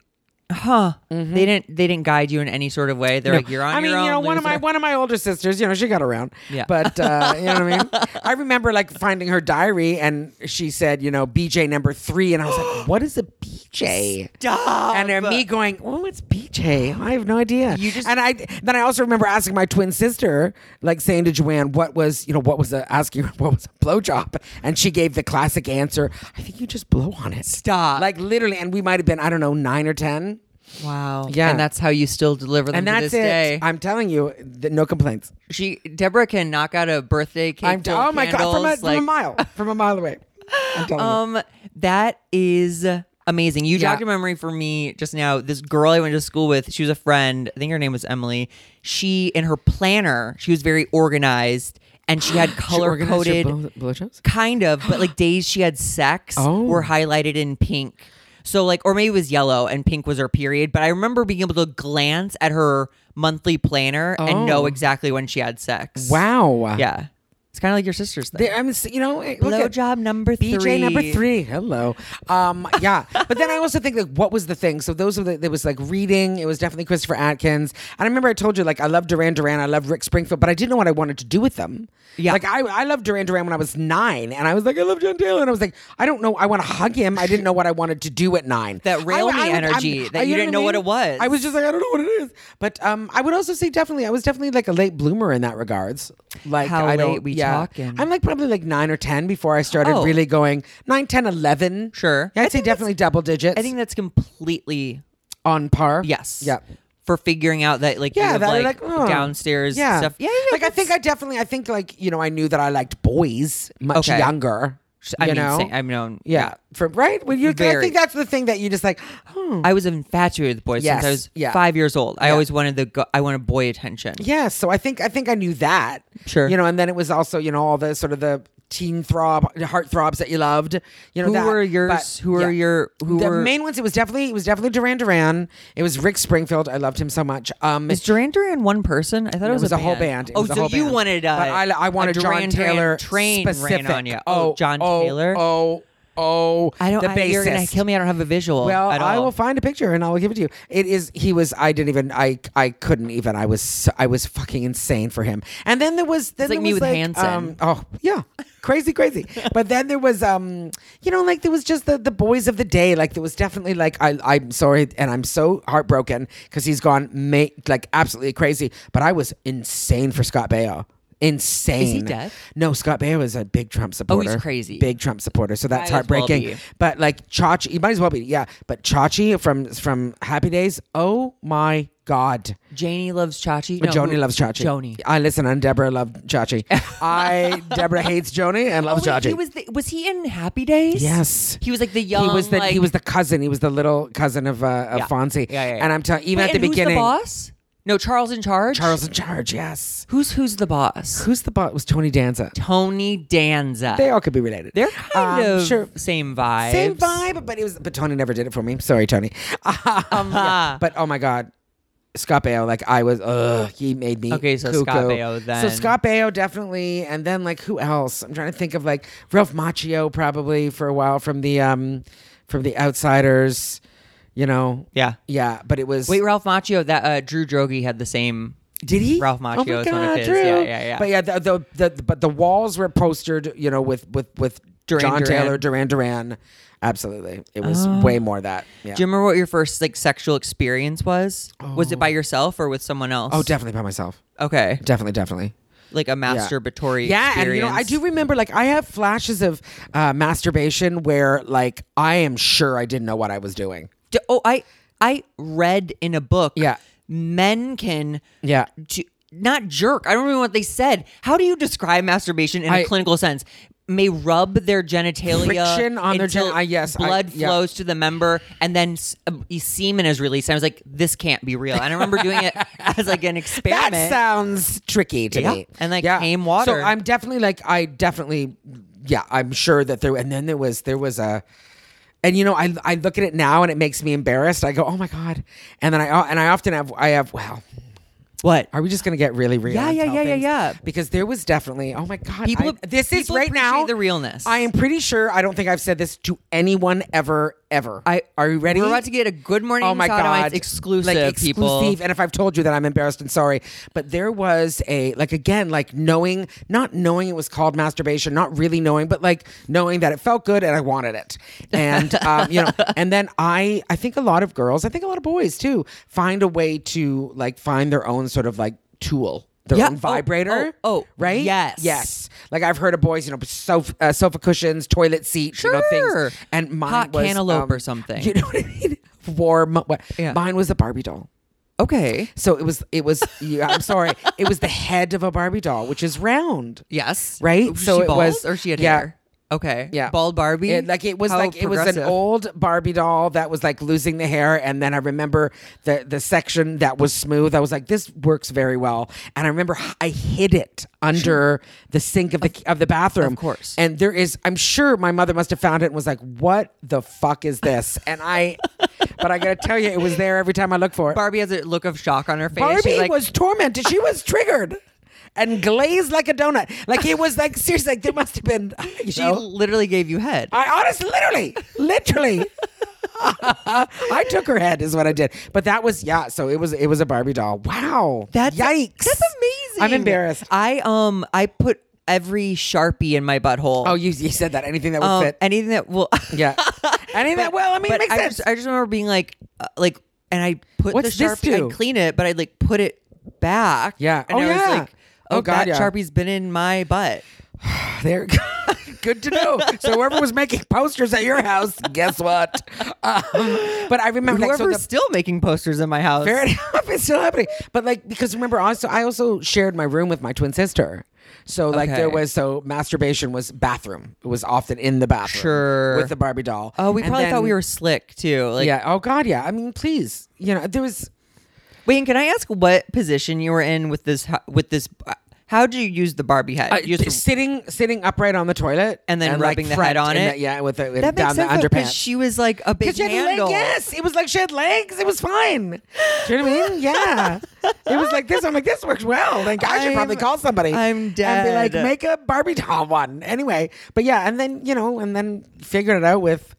[SPEAKER 1] huh. They didn't they didn't guide you in any sort of way. They're like, You're on
[SPEAKER 3] Mm-hmm. I
[SPEAKER 1] your
[SPEAKER 3] mean,
[SPEAKER 1] own.
[SPEAKER 3] you know, one of my
[SPEAKER 1] loser."
[SPEAKER 3] one of my older sisters, you know, she got around.
[SPEAKER 1] Yeah.
[SPEAKER 3] But uh, you know what I mean? I remember like finding her diary and she said, you know, BJ number three, and I was like, what is a BJ? BJ.
[SPEAKER 1] Stop.
[SPEAKER 3] And then me going, oh, it's BJ. I have no idea.
[SPEAKER 1] You just-
[SPEAKER 3] and I then I also remember asking my twin sister, like saying to Joanne, what was you know what was a asking her what was a blowjob, and she gave the classic answer, I think you just blow on it.
[SPEAKER 1] Stop.
[SPEAKER 3] Like literally, and we might have been I don't know nine or ten,
[SPEAKER 1] Wow.
[SPEAKER 3] Yeah.
[SPEAKER 1] And that's how you still deliver them
[SPEAKER 3] and
[SPEAKER 1] to
[SPEAKER 3] that's
[SPEAKER 1] this
[SPEAKER 3] it.
[SPEAKER 1] day.
[SPEAKER 3] I'm telling you, th- no complaints.
[SPEAKER 1] she Deborah can knock out a birthday cake.
[SPEAKER 3] I'm t-
[SPEAKER 1] full
[SPEAKER 3] oh
[SPEAKER 1] of
[SPEAKER 3] my god, from a,
[SPEAKER 1] candles,
[SPEAKER 3] from a
[SPEAKER 1] like-
[SPEAKER 3] mile, from a mile away. I'm telling you.
[SPEAKER 1] Um, that is amazing. You
[SPEAKER 3] Yeah.
[SPEAKER 1] jogged a memory for me just now. This girl I went to school with, she was a friend. I think her name was Emily. She in her planner, she was very organized, and she had color
[SPEAKER 3] organized your
[SPEAKER 1] coded,
[SPEAKER 3] blow- blowjobs?
[SPEAKER 1] kind of, but like days she had sex
[SPEAKER 3] Oh.
[SPEAKER 1] were highlighted in pink. So like, or maybe it was yellow and pink was her period. But I remember being able to glance at her monthly planner and know
[SPEAKER 3] Oh.
[SPEAKER 1] exactly when she had sex.
[SPEAKER 3] Wow.
[SPEAKER 1] Yeah, it's kind of like your sister's thing.
[SPEAKER 3] They- I'm, s- you know, eh, look at-
[SPEAKER 1] Blowjob number three.
[SPEAKER 3] BJ number three. Hello. Um, yeah. but then I also think like what was the thing? So those were the there was like reading, it was definitely Christopher Atkins. And I remember I told you like I love Duran Duran, I love Rick Springfield, but I didn't know what I wanted to do with them.
[SPEAKER 1] Yeah.
[SPEAKER 3] Like I I loved Duran Duran when I was nine and I was like, I love John Taylor. And I was like, I don't know, I want to hug him. I didn't know what I wanted to do at nine.
[SPEAKER 1] That
[SPEAKER 3] I-
[SPEAKER 1] Rail Me
[SPEAKER 3] I would- I'm-
[SPEAKER 1] energy, that you
[SPEAKER 3] what
[SPEAKER 1] didn't know what
[SPEAKER 3] mean?
[SPEAKER 1] it was.
[SPEAKER 3] I was just like, I don't know what it is. But um I would also say definitely I was definitely like a late bloomer in that regards. Like
[SPEAKER 1] How
[SPEAKER 3] I don't,
[SPEAKER 1] late we
[SPEAKER 3] yeah.
[SPEAKER 1] talking?
[SPEAKER 3] I'm like probably like nine or 10 before I started
[SPEAKER 1] Oh.
[SPEAKER 3] really going 9, 10, 11.
[SPEAKER 1] Sure.
[SPEAKER 3] Yeah,
[SPEAKER 1] I
[SPEAKER 3] I'd say
[SPEAKER 1] think that's-
[SPEAKER 3] definitely double digits.
[SPEAKER 1] I think that's completely
[SPEAKER 3] on par.
[SPEAKER 1] yes.
[SPEAKER 3] Yeah.
[SPEAKER 1] For figuring out that like you
[SPEAKER 3] Yeah,
[SPEAKER 1] live,
[SPEAKER 3] that,
[SPEAKER 1] like,
[SPEAKER 3] like, oh.
[SPEAKER 1] downstairs
[SPEAKER 3] Yeah.
[SPEAKER 1] stuff. Yeah,
[SPEAKER 3] like I think I definitely, I think like, you know, I knew that I liked boys much
[SPEAKER 1] Okay.
[SPEAKER 3] younger.
[SPEAKER 1] I
[SPEAKER 3] you
[SPEAKER 1] mean, um,
[SPEAKER 3] know?
[SPEAKER 1] same- I've known.
[SPEAKER 3] yeah. For, right? When you, 'cause I
[SPEAKER 1] Very.
[SPEAKER 3] think that's the thing that you just like, hmm.
[SPEAKER 1] I was infatuated with boys since I
[SPEAKER 3] Yes,
[SPEAKER 1] was
[SPEAKER 3] yeah.
[SPEAKER 1] five years old. I always wanted the go- I wanted boy attention.
[SPEAKER 3] Yeah, so I think I think I knew that.
[SPEAKER 1] Sure.
[SPEAKER 3] You know, and then it was also you know all the sort of the teen throb, heart throbs that you loved. You know,
[SPEAKER 1] Who
[SPEAKER 3] that.
[SPEAKER 1] were yours?
[SPEAKER 3] But,
[SPEAKER 1] who were
[SPEAKER 3] yeah.
[SPEAKER 1] your? Who
[SPEAKER 3] the
[SPEAKER 1] were?
[SPEAKER 3] main ones? It was definitely it was definitely Duran Duran. It was Rick Springfield. I loved him so much. Um,
[SPEAKER 1] is Duran Duran one person? I thought it
[SPEAKER 3] it
[SPEAKER 1] was,
[SPEAKER 3] was a whole band. It
[SPEAKER 1] Oh,
[SPEAKER 3] was a
[SPEAKER 1] so
[SPEAKER 3] whole
[SPEAKER 1] you
[SPEAKER 3] band.
[SPEAKER 1] wanted? Uh,
[SPEAKER 3] but I, I
[SPEAKER 1] a
[SPEAKER 3] wanted
[SPEAKER 1] Duran
[SPEAKER 3] John Taylor
[SPEAKER 1] Duran train
[SPEAKER 3] specific.
[SPEAKER 1] ran on you. Oh, John Taylor.
[SPEAKER 3] Oh, oh,
[SPEAKER 1] I don't.
[SPEAKER 3] The
[SPEAKER 1] I, you're gonna
[SPEAKER 3] bassist.
[SPEAKER 1] kill me. I don't have a visual.
[SPEAKER 3] Well,
[SPEAKER 1] at all.
[SPEAKER 3] I will find a picture and I will give it to you. It is he was I didn't even I I couldn't even I was so- I was fucking insane for him. And then there was then
[SPEAKER 1] It's like
[SPEAKER 3] there
[SPEAKER 1] me
[SPEAKER 3] was,
[SPEAKER 1] with Hanson.
[SPEAKER 3] um, oh yeah, crazy crazy. but then there was um you know like there was just the the boys of the day like there was definitely like I I'm sorry and I'm so heartbroken because he's gone ma- like absolutely crazy. But I was insane for Scott Baio. Insane.
[SPEAKER 1] dead? Oh,
[SPEAKER 3] No, Scott Baio was a big Trump supporter.
[SPEAKER 1] crazy.
[SPEAKER 3] Big Trump supporter. So that's
[SPEAKER 1] Might as well
[SPEAKER 3] heartbreaking.
[SPEAKER 1] be.
[SPEAKER 3] But like Chachi, you might as well be, yeah. But Chachi from from Happy Days, oh my god.
[SPEAKER 1] Janie loves Chachi. No,
[SPEAKER 3] Joni
[SPEAKER 1] who-
[SPEAKER 3] loves Chachi.
[SPEAKER 1] Joni.
[SPEAKER 3] I listen, and Deborah loved Chachi. I Deborah hates Joni and
[SPEAKER 1] Oh,
[SPEAKER 3] loves
[SPEAKER 1] wait,
[SPEAKER 3] Chachi.
[SPEAKER 1] he was the, was he in Happy Days?
[SPEAKER 3] Yes.
[SPEAKER 1] He was like the young.
[SPEAKER 3] he was the
[SPEAKER 1] like-
[SPEAKER 3] he was the cousin. He was the little cousin of uh, of
[SPEAKER 1] Yeah.
[SPEAKER 3] Fonzie.
[SPEAKER 1] Yeah, yeah, yeah.
[SPEAKER 3] And I'm telling even
[SPEAKER 1] Wait,
[SPEAKER 3] at
[SPEAKER 1] and
[SPEAKER 3] the
[SPEAKER 1] who's
[SPEAKER 3] beginning,
[SPEAKER 1] the boss? No, Charles in charge.
[SPEAKER 3] Charles in charge. Yes.
[SPEAKER 1] Who's who's the boss?
[SPEAKER 3] Who's the boss? It was Tony Danza.
[SPEAKER 1] Tony Danza.
[SPEAKER 3] They all could be related.
[SPEAKER 1] They're kind
[SPEAKER 3] Um,
[SPEAKER 1] of
[SPEAKER 3] sure.
[SPEAKER 1] same vibe.
[SPEAKER 3] Same vibe, but it was. But Tony never did it for me. Sorry, Tony. Um,
[SPEAKER 1] Ah.
[SPEAKER 3] yeah, But oh my god, Scott Baio, like I was. Ugh, he made me.
[SPEAKER 1] Okay, so
[SPEAKER 3] cuckoo.
[SPEAKER 1] Scott Baio then.
[SPEAKER 3] So Scott Baio definitely, and then like who else? I'm trying to think of like Ralph Macchio probably for a while from the um from the Outsiders, you know.
[SPEAKER 1] Yeah.
[SPEAKER 3] Yeah, but it was.
[SPEAKER 1] Wait, Ralph Macchio. That uh, Drew Drogi had the same.
[SPEAKER 3] Did he?
[SPEAKER 1] Ralph
[SPEAKER 3] Oh
[SPEAKER 1] Macchio
[SPEAKER 3] my
[SPEAKER 1] is one of
[SPEAKER 3] God,
[SPEAKER 1] his.
[SPEAKER 3] Drew.
[SPEAKER 1] Yeah, yeah, yeah.
[SPEAKER 3] But yeah, the, the, the, but the walls were postered, you know, with with with
[SPEAKER 1] Duran Duran.
[SPEAKER 3] John
[SPEAKER 1] Oh.
[SPEAKER 3] Taylor, Duran Duran. Absolutely, it was way more that. Yeah.
[SPEAKER 1] Do you remember what your first like sexual experience was? Was it by yourself or with someone else?
[SPEAKER 3] oh, definitely by myself.
[SPEAKER 1] okay,
[SPEAKER 3] Definitely, definitely.
[SPEAKER 1] like a masturbatory.
[SPEAKER 3] Yeah, and you
[SPEAKER 1] experience.
[SPEAKER 3] know, I do remember like I have flashes of uh, masturbation where like I am sure I didn't know what I was doing.
[SPEAKER 1] D- oh, I I read in a book.
[SPEAKER 3] Yeah.
[SPEAKER 1] men can.
[SPEAKER 3] Yeah.
[SPEAKER 1] ju- not jerk. I don't remember what they said. How do you describe masturbation in a
[SPEAKER 3] I-
[SPEAKER 1] clinical sense? May rub their genitalia
[SPEAKER 3] Friction on their
[SPEAKER 1] until
[SPEAKER 3] gen- I- yes, I-
[SPEAKER 1] blood
[SPEAKER 3] yeah.
[SPEAKER 1] flows to the member, and then s- uh, semen is released. I was like, this can't be real. And I remember doing it as like an
[SPEAKER 3] That
[SPEAKER 1] experiment.
[SPEAKER 3] sounds tricky to
[SPEAKER 1] Yeah.
[SPEAKER 3] me.
[SPEAKER 1] And, like, came water.
[SPEAKER 3] So I'm definitely like I definitely yeah, I'm sure that there and then there was there was a and you know I I look at it now and it makes me embarrassed. I go, "Oh my god." And then I uh, and I often have I have well,
[SPEAKER 1] what?
[SPEAKER 3] are we just going to get really real?
[SPEAKER 1] Yeah,
[SPEAKER 3] and
[SPEAKER 1] yeah,
[SPEAKER 3] tell
[SPEAKER 1] yeah, yeah,
[SPEAKER 3] things?
[SPEAKER 1] yeah.
[SPEAKER 3] Because there was definitely, oh my God.
[SPEAKER 1] People-
[SPEAKER 3] I- this is
[SPEAKER 1] people
[SPEAKER 3] right
[SPEAKER 1] appreciate
[SPEAKER 3] now.
[SPEAKER 1] the realness.
[SPEAKER 3] I am pretty sure, I don't think I've said this to anyone ever, ever.
[SPEAKER 1] I-
[SPEAKER 3] Are you ready?
[SPEAKER 1] We're about to get a Good Morning
[SPEAKER 3] oh my
[SPEAKER 1] Sodomites
[SPEAKER 3] god,
[SPEAKER 1] exclusive,
[SPEAKER 3] like,
[SPEAKER 1] people.
[SPEAKER 3] exclusive. And if I've told you that, I'm embarrassed and sorry. But there was a like again, like knowing, not knowing it was called masturbation, not really knowing, but like knowing that it felt good and I wanted it, and um, you know, and then I, I think a lot of girls, I think a lot of boys too, find a way to like find their own sort of like tool. Their
[SPEAKER 1] Yeah.
[SPEAKER 3] own
[SPEAKER 1] Oh,
[SPEAKER 3] vibrator.
[SPEAKER 1] oh, oh,
[SPEAKER 3] right.
[SPEAKER 1] yes.
[SPEAKER 3] Yes. Like I've heard of boys, you know, sofa, uh, sofa cushions, toilet seats, you know,
[SPEAKER 1] Sure.
[SPEAKER 3] things. And mine
[SPEAKER 1] Hot
[SPEAKER 3] was,
[SPEAKER 1] cantaloupe
[SPEAKER 3] um,
[SPEAKER 1] or something.
[SPEAKER 3] You know what I mean? Warm. What?
[SPEAKER 1] Yeah.
[SPEAKER 3] Mine was a Barbie doll.
[SPEAKER 1] okay.
[SPEAKER 3] So it was, it was, yeah, I'm sorry. It was the head of a Barbie doll, which is round.
[SPEAKER 1] Yes.
[SPEAKER 3] Right?
[SPEAKER 1] Was
[SPEAKER 3] So
[SPEAKER 1] she
[SPEAKER 3] it
[SPEAKER 1] bald
[SPEAKER 3] was-
[SPEAKER 1] or she had
[SPEAKER 3] yeah.
[SPEAKER 1] hair. Okay.
[SPEAKER 3] Yeah.
[SPEAKER 1] Bald Barbie.
[SPEAKER 3] It- like it was
[SPEAKER 1] How
[SPEAKER 3] like, it was an
[SPEAKER 1] progressive.
[SPEAKER 3] old Barbie doll that was like losing the hair. And then I remember the, the section that was smooth. I was like, this works very well. And I remember h- I hid it under the sink of the, of the bathroom.
[SPEAKER 1] of course.
[SPEAKER 3] And there is, I'm sure my mother must have found it and was like, what the fuck is this? And I, but I gotta tell you, it was there every time I looked for it.
[SPEAKER 1] Barbie has a look of shock on her face. She's
[SPEAKER 3] Barbie
[SPEAKER 1] like,
[SPEAKER 3] was tormented. She was triggered and glazed like a donut. Like it was like seriously, like there must have been. You
[SPEAKER 1] She
[SPEAKER 3] know?
[SPEAKER 1] literally gave you head.
[SPEAKER 3] I honestly, literally, literally. I took her head is what I did, but that was yeah. So it was it was a Barbie doll. Wow,
[SPEAKER 1] That's
[SPEAKER 3] yikes.
[SPEAKER 1] That's amazing.
[SPEAKER 3] I'm embarrassed.
[SPEAKER 1] I um I put every sharpie in my butthole.
[SPEAKER 3] Oh, you you said that anything that would
[SPEAKER 1] Um,
[SPEAKER 3] fit.
[SPEAKER 1] anything that will.
[SPEAKER 3] Yeah, anything that well, I mean, it
[SPEAKER 1] but
[SPEAKER 3] makes
[SPEAKER 1] I
[SPEAKER 3] sense.
[SPEAKER 1] Just, I just remember being like, uh, like, and I put
[SPEAKER 3] What's
[SPEAKER 1] the
[SPEAKER 3] this
[SPEAKER 1] sharpie.
[SPEAKER 3] do?
[SPEAKER 1] I clean it, but I like put it back.
[SPEAKER 3] Yeah.
[SPEAKER 1] And
[SPEAKER 3] Oh,
[SPEAKER 1] I was
[SPEAKER 3] yeah.
[SPEAKER 1] like, oh,
[SPEAKER 3] Oh, God,
[SPEAKER 1] that
[SPEAKER 3] yeah.
[SPEAKER 1] sharpie's been in my butt.
[SPEAKER 3] There, good to know. So whoever was making posters at your house, guess what? Um, but I remember like, so
[SPEAKER 1] Whoever's
[SPEAKER 3] the-
[SPEAKER 1] still making posters in my house.
[SPEAKER 3] Fair enough. It's still happening. But like, because remember, also I also shared my room with my twin sister. So like
[SPEAKER 1] Okay.
[SPEAKER 3] there was so masturbation was bathroom. It was often in the bathroom.
[SPEAKER 1] Sure.
[SPEAKER 3] With the Barbie doll.
[SPEAKER 1] Oh, we
[SPEAKER 3] And
[SPEAKER 1] probably thought we
[SPEAKER 3] then-
[SPEAKER 1] were slick too. Like,
[SPEAKER 3] yeah. Oh God. Yeah. I mean, please. You know, there was.
[SPEAKER 1] Wayne, can I ask what position you were in with this? ho- With this, uh, how do you use the Barbie head?
[SPEAKER 3] Uh,
[SPEAKER 1] You just-
[SPEAKER 3] sitting sitting upright on the toilet
[SPEAKER 1] And then rubbing the head
[SPEAKER 3] front
[SPEAKER 1] on
[SPEAKER 3] in
[SPEAKER 1] it?
[SPEAKER 3] the- yeah, with the,
[SPEAKER 1] that makes
[SPEAKER 3] down
[SPEAKER 1] sense
[SPEAKER 3] the
[SPEAKER 1] because
[SPEAKER 3] underpants.
[SPEAKER 1] she was like a big
[SPEAKER 3] Because she had leg-
[SPEAKER 1] handle.
[SPEAKER 3] yes, it was like she had legs. It was fine. Do you know what I mean? Yeah, it was like this. I'm like, this works well. Like I should
[SPEAKER 1] I'm-
[SPEAKER 3] probably call somebody.
[SPEAKER 1] I'm
[SPEAKER 3] And
[SPEAKER 1] dead.
[SPEAKER 3] be like, make a Barbie doll one anyway. But yeah, and then you know, and then figured it out with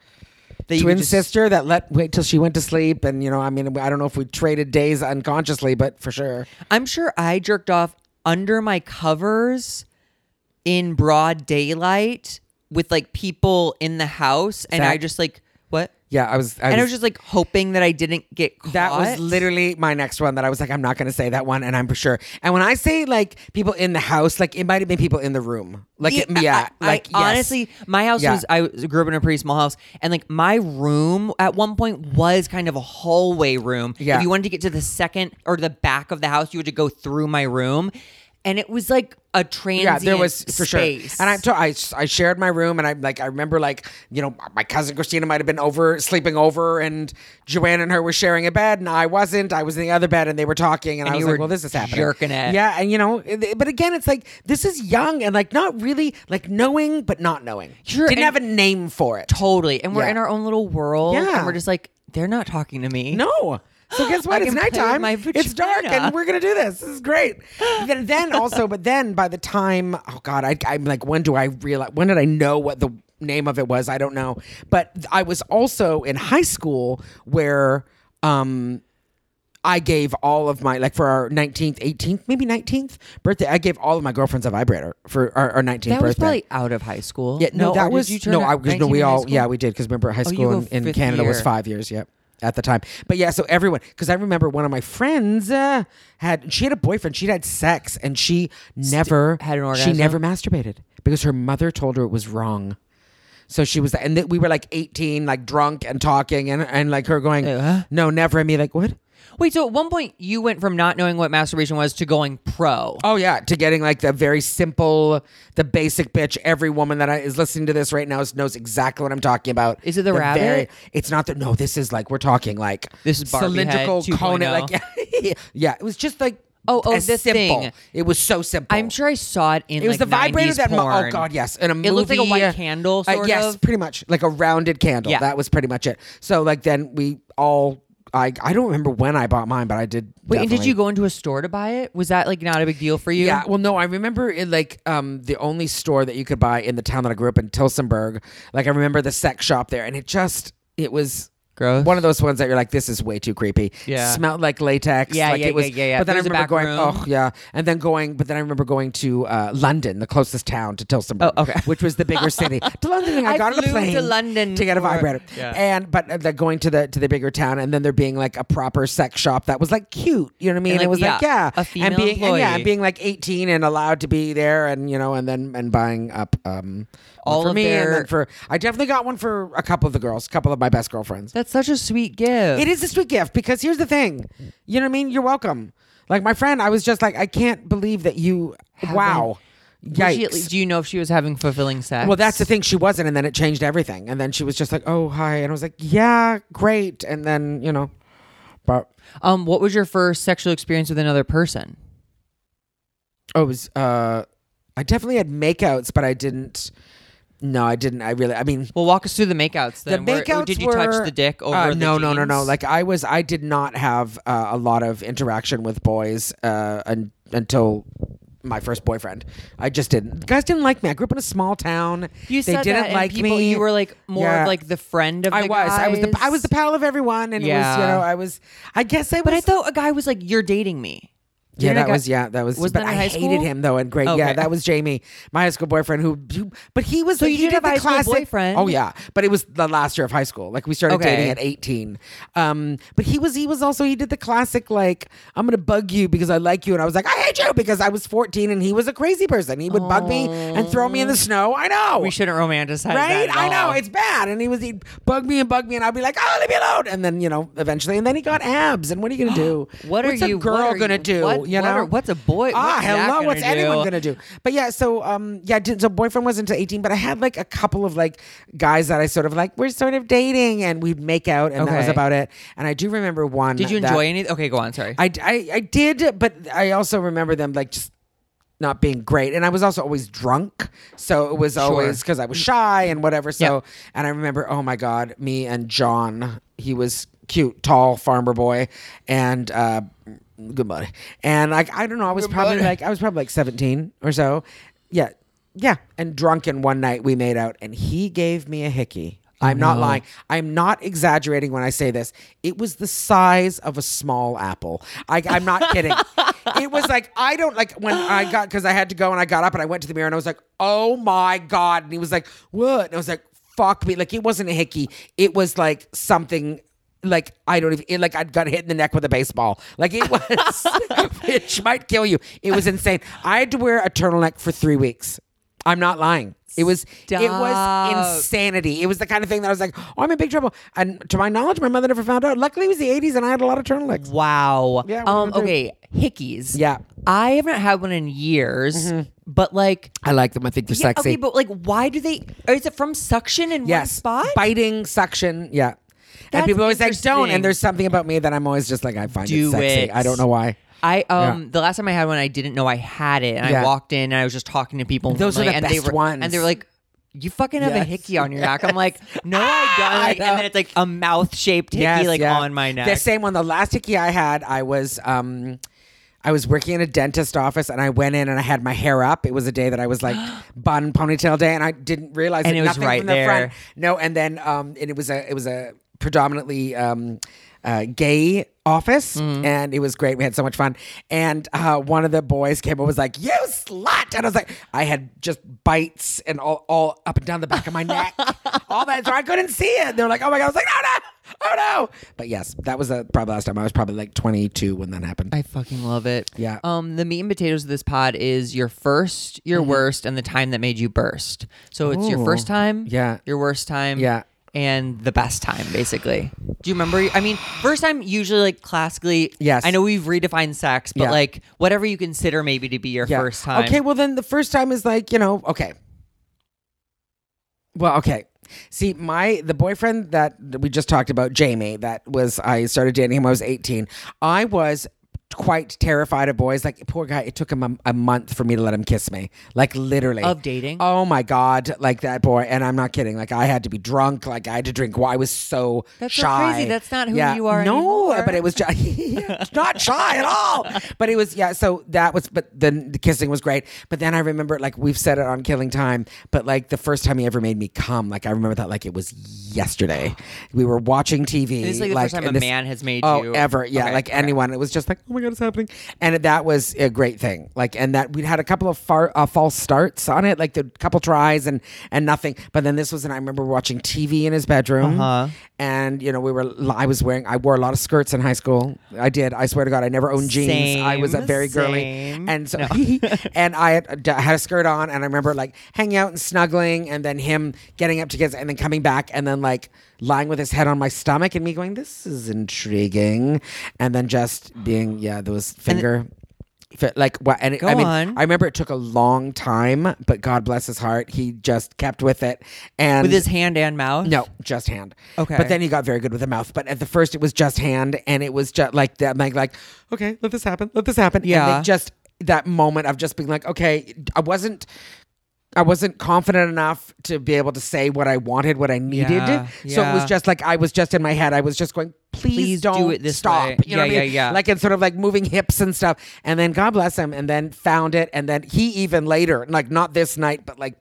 [SPEAKER 1] That you
[SPEAKER 3] twin
[SPEAKER 1] just-
[SPEAKER 3] sister that let wait till she went to sleep. And you know, I mean, I don't know if we traded days unconsciously, but for sure.
[SPEAKER 1] I'm sure I jerked off under my covers in broad daylight with like people in the house, and I
[SPEAKER 3] Zach.
[SPEAKER 1] just like what?
[SPEAKER 3] Yeah, I was. I
[SPEAKER 1] And I
[SPEAKER 3] was
[SPEAKER 1] was just like hoping that I didn't get caught.
[SPEAKER 3] That was literally my next one that I was like, I'm not going to say that one. And I'm for sure. And when I say like people in the house, like it might have been people in the room. Like, it, yeah.
[SPEAKER 1] I,
[SPEAKER 3] like,
[SPEAKER 1] I
[SPEAKER 3] yes.
[SPEAKER 1] honestly, my house
[SPEAKER 3] Yeah.
[SPEAKER 1] was. I was- grew up in a pretty small house, and like my room at one point was kind of a hallway room.
[SPEAKER 3] Yeah.
[SPEAKER 1] If you wanted to get to the second or the back of the house, you had to go through my room, and it was like a transient.
[SPEAKER 3] Yeah, there was for
[SPEAKER 1] space.
[SPEAKER 3] sure. And I, to- I, I shared my room, and I like I remember like you know my cousin Christina might have been over sleeping over, and Joanne and her were sharing a bed, and I wasn't. I was in the other bed, and they were talking, and, I
[SPEAKER 1] you
[SPEAKER 3] was
[SPEAKER 1] were
[SPEAKER 3] like, well, this is happening,
[SPEAKER 1] jerking it.
[SPEAKER 3] Yeah, and you know, it- but again, it's like this is young and like not really like knowing, but not knowing.
[SPEAKER 1] Sure,
[SPEAKER 3] didn't
[SPEAKER 1] and-
[SPEAKER 3] have a name for it.
[SPEAKER 1] Totally. And we're
[SPEAKER 3] Yeah.
[SPEAKER 1] in our own little world. And
[SPEAKER 3] Yeah.
[SPEAKER 1] we're just like, they're not talking to me.
[SPEAKER 3] No. So guess what?
[SPEAKER 1] I
[SPEAKER 3] It's
[SPEAKER 1] can play with
[SPEAKER 3] nighttime.
[SPEAKER 1] my
[SPEAKER 3] it's dark,
[SPEAKER 1] vagina.
[SPEAKER 3] and we're gonna do this. This is great. then, then also, but then by the time, oh god, I, I'm like, when do I realize? When did I know what the name of it was? I don't know. But I was also in high school where. um I gave all of my like for our 19th, 18th, maybe 19th birthday. I gave all of my girlfriends a vibrator for our, our 19th
[SPEAKER 1] That
[SPEAKER 3] birthday.
[SPEAKER 1] was probably out of high school.
[SPEAKER 3] Yeah, no,
[SPEAKER 1] or
[SPEAKER 3] that
[SPEAKER 1] did
[SPEAKER 3] was
[SPEAKER 1] you turn
[SPEAKER 3] no.
[SPEAKER 1] it-
[SPEAKER 3] I because no,
[SPEAKER 1] 19
[SPEAKER 3] we
[SPEAKER 1] in high
[SPEAKER 3] all
[SPEAKER 1] school?
[SPEAKER 3] yeah, we did because remember high school
[SPEAKER 1] go
[SPEAKER 3] in, in
[SPEAKER 1] fifth
[SPEAKER 3] Canada was
[SPEAKER 1] year.
[SPEAKER 3] five years. Yep, at the time. But yeah, so everyone because I remember one of my friends uh, had she had a boyfriend. She'd had sex and she never
[SPEAKER 1] had an
[SPEAKER 3] She
[SPEAKER 1] orgasm?
[SPEAKER 3] never masturbated because her mother told her it was wrong. So she was, and th- we were like eighteen, like drunk and talking, and and like her going,
[SPEAKER 1] Uh-huh.
[SPEAKER 3] no, never. And me like, what?
[SPEAKER 1] Wait, so at one point you went from not knowing what masturbation was to going pro.
[SPEAKER 3] Oh yeah, to getting like the very simple, the basic bitch. Every woman that I, is listening to this right now is- knows exactly what I'm talking about.
[SPEAKER 1] Is it the rabbit?
[SPEAKER 3] it's not the. No, this is like we're talking like
[SPEAKER 1] This is Barbie head
[SPEAKER 3] cylindrical
[SPEAKER 1] 2.0.
[SPEAKER 3] cone. Like yeah, yeah, it was just like
[SPEAKER 1] Oh, oh,
[SPEAKER 3] as
[SPEAKER 1] this
[SPEAKER 3] simple.
[SPEAKER 1] thing.
[SPEAKER 3] It was so simple.
[SPEAKER 1] I'm sure I saw it in
[SPEAKER 3] It was
[SPEAKER 1] like,
[SPEAKER 3] the vibrator
[SPEAKER 1] 90s
[SPEAKER 3] that. mo-
[SPEAKER 1] porn.
[SPEAKER 3] oh God, yes. In a movie,
[SPEAKER 1] It looked like a white candle,
[SPEAKER 3] uh,
[SPEAKER 1] sort
[SPEAKER 3] yes,
[SPEAKER 1] of.
[SPEAKER 3] pretty much like a rounded candle.
[SPEAKER 1] Yeah.
[SPEAKER 3] that was pretty much it. So like then we all. I, I don't remember when I bought mine, but I did.
[SPEAKER 1] Wait, and did
[SPEAKER 3] definitely.
[SPEAKER 1] you go into a store to buy it? Was that like not a big deal for you?
[SPEAKER 3] Yeah, well, no, I remember it like um, the only store that you could buy in the town that I grew up in, Tilsonburg. Like I remember the sex shop there, and it just it was
[SPEAKER 1] Gross.
[SPEAKER 3] one of those ones that you're like, this is way too creepy.
[SPEAKER 1] Yeah.
[SPEAKER 3] Smelled like latex.
[SPEAKER 1] Yeah,
[SPEAKER 3] like
[SPEAKER 1] yeah,
[SPEAKER 3] it was,
[SPEAKER 1] yeah, yeah, yeah.
[SPEAKER 3] But then
[SPEAKER 1] There's a
[SPEAKER 3] I remember going,
[SPEAKER 1] back room.
[SPEAKER 3] oh yeah, and then going, but then I remember going to uh, London, the closest town to Tilsonburg,
[SPEAKER 1] Oh, okay.
[SPEAKER 3] which was the bigger city. to London, I,
[SPEAKER 1] I
[SPEAKER 3] got on a
[SPEAKER 1] flew to
[SPEAKER 3] plane
[SPEAKER 1] London
[SPEAKER 3] to get a
[SPEAKER 1] for-
[SPEAKER 3] vibrator,
[SPEAKER 1] Yeah.
[SPEAKER 3] and but uh, like going to the to the bigger town, and then there being like a proper sex shop that was like cute. You know what I mean?
[SPEAKER 1] And,
[SPEAKER 3] it
[SPEAKER 1] like,
[SPEAKER 3] was like
[SPEAKER 1] yeah,
[SPEAKER 3] yeah,
[SPEAKER 1] a female
[SPEAKER 3] and being and, yeah,
[SPEAKER 1] employee.
[SPEAKER 3] and being like 18 and allowed to be there, and you know, and then and buying up um one
[SPEAKER 1] All
[SPEAKER 3] for
[SPEAKER 1] of
[SPEAKER 3] me, and
[SPEAKER 1] their-
[SPEAKER 3] then for I definitely got one for a couple of the girls, a couple of my best girlfriends.
[SPEAKER 1] That's such a sweet gift.
[SPEAKER 3] It is a sweet gift because here's the thing. You know what I mean? You're welcome. Like my friend, I was just like, I can't believe that you. wow.
[SPEAKER 1] Was she at
[SPEAKER 3] Yikes.
[SPEAKER 1] least- do you know if she was having fulfilling sex?
[SPEAKER 3] well, that's the thing. She wasn't, and then it changed everything. And then she was just like, "Oh, hi," and I was like, "Yeah, great." And then you know, but
[SPEAKER 1] Um, what was your first sexual experience with another person?
[SPEAKER 3] oh, it was. Uh, I definitely had makeouts, but I didn't. No, I didn't. I really. I mean,
[SPEAKER 1] Well, walk us through the makeouts.
[SPEAKER 3] the
[SPEAKER 1] Then. Where-
[SPEAKER 3] makeouts
[SPEAKER 1] did you
[SPEAKER 3] were,
[SPEAKER 1] touch the dick over
[SPEAKER 3] uh,
[SPEAKER 1] the
[SPEAKER 3] no no no
[SPEAKER 1] jeans?
[SPEAKER 3] no like i was i did not have uh, a lot of interaction with boys uh un- until my first boyfriend i just didn't guys didn't like me i grew up in a small town
[SPEAKER 1] you
[SPEAKER 3] they
[SPEAKER 1] said
[SPEAKER 3] didn't
[SPEAKER 1] that, and
[SPEAKER 3] like
[SPEAKER 1] people,
[SPEAKER 3] me
[SPEAKER 1] You were like more
[SPEAKER 3] Yeah.
[SPEAKER 1] of like the friend of
[SPEAKER 3] I
[SPEAKER 1] the
[SPEAKER 3] was. I was the I was the
[SPEAKER 1] guys.
[SPEAKER 3] pal of everyone, and it was you
[SPEAKER 1] Yeah.
[SPEAKER 3] know I was. I guess I was.
[SPEAKER 1] But I thought a guy was like, "You're dating me."
[SPEAKER 3] Yeah,
[SPEAKER 1] You're
[SPEAKER 3] that
[SPEAKER 1] like a-
[SPEAKER 3] was yeah, that was.
[SPEAKER 1] Was
[SPEAKER 3] but
[SPEAKER 1] that in
[SPEAKER 3] I
[SPEAKER 1] high
[SPEAKER 3] hated
[SPEAKER 1] school?
[SPEAKER 3] him though in grade. Yeah,
[SPEAKER 1] Okay.
[SPEAKER 3] that was Jamie, my high school boyfriend. Who, who but he was.
[SPEAKER 1] So
[SPEAKER 3] he
[SPEAKER 1] you did
[SPEAKER 3] did
[SPEAKER 1] have
[SPEAKER 3] the
[SPEAKER 1] a high school
[SPEAKER 3] classic-
[SPEAKER 1] boyfriend?
[SPEAKER 3] Oh yeah, but it was the last year of high school. Like we started
[SPEAKER 1] Okay.
[SPEAKER 3] dating at eighteen. Um, but he was he was also he did the classic like I'm gonna bug you because I like you, and I was like I hate you because I was fourteen and he was a crazy person. He would bug me and throw me in the snow. I know.
[SPEAKER 1] Oh. We shouldn't romanticize that.
[SPEAKER 3] Right,
[SPEAKER 1] at
[SPEAKER 3] I know
[SPEAKER 1] all.
[SPEAKER 3] it's bad, and he was he'd bug me and bug me, and I'd be like, "Oh, leave me alone!" And then you know, eventually, and then he got abs, and what are you gonna do?
[SPEAKER 1] What are
[SPEAKER 3] what's
[SPEAKER 1] you-
[SPEAKER 3] a
[SPEAKER 1] what
[SPEAKER 3] girl
[SPEAKER 1] are you-
[SPEAKER 3] gonna do?
[SPEAKER 1] what-
[SPEAKER 3] you
[SPEAKER 1] what
[SPEAKER 3] know,
[SPEAKER 1] are- what's a boy-
[SPEAKER 3] Ah,
[SPEAKER 1] what's Zach
[SPEAKER 3] hello,
[SPEAKER 1] gonna
[SPEAKER 3] what's anyone
[SPEAKER 1] do?
[SPEAKER 3] gonna do? But yeah, so um, yeah, I didn't, so boyfriend wasn't until eighteen, but I had like a couple of like guys that I sort of like we're sort of dating, and we'd make out, and that was
[SPEAKER 1] Okay.
[SPEAKER 3] about it. And I do remember one.
[SPEAKER 1] Did you
[SPEAKER 3] that-
[SPEAKER 1] enjoy any? Okay, go on. Sorry.
[SPEAKER 3] I, I I did, but I also remember them like just not being great, and I was also always drunk, so it was always because I was shy and whatever. So,
[SPEAKER 1] Yep.
[SPEAKER 3] and I remember, oh my god, me and John, he was cute, tall farmer boy, and uh, good buddy, and like I don't know, I was probably like I was probably like seventeen or so, yeah, yeah, and drunken one night we made out, and he gave me a hickey. I'm not lying. I'm not exaggerating when I say this. It was the size of a small apple. I, I'm not kidding. it was like I don't like when I got because I had to go and I got up and I went to the mirror and I was like, oh my god. And he was like, what? And I was like, fuck me. Like it wasn't a hickey. It was like something. Like I don't even it, like I got hit in the neck with a baseball. Like it was, which might kill you. It was insane. I had to wear a turtleneck for three weeks. I'm not lying. It was it was
[SPEAKER 1] Stop.
[SPEAKER 3] insane insanity. It was the kind of thing that I was like, oh, I'm in big trouble. And to my knowledge, my mother never found out. Luckily, it was the 80s and I had a lot of turtlenecks.
[SPEAKER 1] Wow.
[SPEAKER 3] Yeah, what
[SPEAKER 1] um.
[SPEAKER 3] do you do?
[SPEAKER 1] Okay. Hickeys.
[SPEAKER 3] Yeah. Mm-hmm.
[SPEAKER 1] I haven't had one in years, but like.
[SPEAKER 3] I like them. I think they're
[SPEAKER 1] Yeah, Okay, but like, why do they? or Is it from suction in one
[SPEAKER 3] yes.
[SPEAKER 1] spot?
[SPEAKER 3] Biting, suction. Yeah. and
[SPEAKER 1] That's
[SPEAKER 3] people always like, don't.
[SPEAKER 1] interesting.
[SPEAKER 3] And there's something about me that I'm always just like, I find it
[SPEAKER 1] Do
[SPEAKER 3] sexy.
[SPEAKER 1] it.
[SPEAKER 3] I don't know why.
[SPEAKER 1] I um
[SPEAKER 3] Yeah.
[SPEAKER 1] the last time I had one, I didn't know I had it, and
[SPEAKER 3] Yeah.
[SPEAKER 1] I walked in and I was just talking to people.
[SPEAKER 3] Those are
[SPEAKER 1] normally,
[SPEAKER 3] the
[SPEAKER 1] and they
[SPEAKER 3] best
[SPEAKER 1] were,
[SPEAKER 3] ones.
[SPEAKER 1] And they were like, "You fucking have a
[SPEAKER 3] Yes.
[SPEAKER 1] hickey on your neck." I'm like, "No, I don't." Like,
[SPEAKER 3] know.
[SPEAKER 1] and then it's like a mouth shaped hickey,
[SPEAKER 3] Yes,
[SPEAKER 1] like
[SPEAKER 3] yeah.
[SPEAKER 1] on my neck.
[SPEAKER 3] The same one. The last hickey I had, I was um I was working in a dentist office and I went in and I had my hair up. It was a day that I was like bun ponytail day and I didn't realize
[SPEAKER 1] And
[SPEAKER 3] that
[SPEAKER 1] it was
[SPEAKER 3] nothing
[SPEAKER 1] right
[SPEAKER 3] from the front.
[SPEAKER 1] there.
[SPEAKER 3] No, and then um and it was a it was a predominantly um uh, gay office and it was great. We had so much fun. And uh, one of the boys came and was like, You slut. And I was like, I had just bites and all, all up and down the back of my neck, all that. So I couldn't see it. They were like, Oh my God. I was like, No, no. Oh no! But yes, that was the probably last time. I was probably like 22 when that happened.
[SPEAKER 1] I fucking love it.
[SPEAKER 3] Yeah.
[SPEAKER 1] Um, the meat and potatoes of this pod is your first, your worst, and the time that made you burst. So it's your first
[SPEAKER 3] Mm-hmm. Ooh.
[SPEAKER 1] time,
[SPEAKER 3] Yeah.
[SPEAKER 1] your worst time,
[SPEAKER 3] Yeah.
[SPEAKER 1] and the best time, basically. Do you remember? I mean, first time usually like classically.
[SPEAKER 3] Yes.
[SPEAKER 1] I know we've redefined sex, but
[SPEAKER 3] Yeah.
[SPEAKER 1] like whatever you consider maybe to be your
[SPEAKER 3] Yeah.
[SPEAKER 1] first time.
[SPEAKER 3] Okay, well then the first time is like you know okay. Well, okay. See, my the boyfriend that we just talked about, Jamie, that was I started dating him. when I was 18. I was quite terrified of boys. Like poor guy, it took him a, a month for me to let him kiss me. Like literally
[SPEAKER 1] Of dating?
[SPEAKER 3] Oh my god, like that boy. And I'm not kidding. Like I had to be drunk. Like I had to drink. wine. I was so
[SPEAKER 1] That's so
[SPEAKER 3] shy.
[SPEAKER 1] crazy. That's not who you are
[SPEAKER 3] No,
[SPEAKER 1] anymore.
[SPEAKER 3] but it was just not shy at all. But it was yeah. So that was. But then the kissing was great. But then I remember like we've said it on Killing Time. But like the first time he ever made me come, like I remember that like it was yesterday. We were watching TV.
[SPEAKER 1] This is like the first time
[SPEAKER 3] and
[SPEAKER 1] a man has made
[SPEAKER 3] oh,
[SPEAKER 1] you-
[SPEAKER 3] ever. Yeah,
[SPEAKER 1] Okay,
[SPEAKER 3] like
[SPEAKER 1] okay.
[SPEAKER 3] anyone. It was just like, oh my god, it's happening, and that was a great thing. Like, and that we'd had a couple of far, uh, false starts on it, like the couple tries and and nothing. But then this was, and I remember watching TV in his bedroom,
[SPEAKER 1] Uh-huh.
[SPEAKER 3] and you know we were. I was wearing. I wore a lot of skirts in high school. I did. I swear to God, I never owned jeans. I was a
[SPEAKER 1] Same,
[SPEAKER 3] very girly,
[SPEAKER 1] same.
[SPEAKER 3] and so and I had, d- had a skirt on, and I remember like hanging out and snuggling, and then him getting up to kiss, and then coming back, and then like lying with his head on my stomach, and me going, "This is intriguing," and then just being, yeah, there was finger. fi- Like what? And it,
[SPEAKER 1] Go
[SPEAKER 3] I mean,
[SPEAKER 1] on.
[SPEAKER 3] I remember it took a long time, but God bless his heart, he just kept with it. And
[SPEAKER 1] with his hand and mouth.
[SPEAKER 3] no, just hand.
[SPEAKER 1] Okay.
[SPEAKER 3] But then he got very good with the mouth. But at the first, it was just hand, and it was just like that. Like, like okay, let this happen. Let this happen. And
[SPEAKER 1] Yeah.
[SPEAKER 3] then just that moment of just being like, okay, I wasn't. I wasn't confident enough to be able to say what I wanted, what I needed.
[SPEAKER 1] Yeah,
[SPEAKER 3] So it was
[SPEAKER 1] yeah.
[SPEAKER 3] just like I was just in my head. I was just going, please,
[SPEAKER 1] Please do
[SPEAKER 3] don't
[SPEAKER 1] it this
[SPEAKER 3] stop.
[SPEAKER 1] way.
[SPEAKER 3] You know
[SPEAKER 1] Yeah,
[SPEAKER 3] what I mean?
[SPEAKER 1] yeah, yeah.
[SPEAKER 3] Like and sort of like moving hips and stuff. And then God bless him. And then found it. And then he even later, like not this night, but like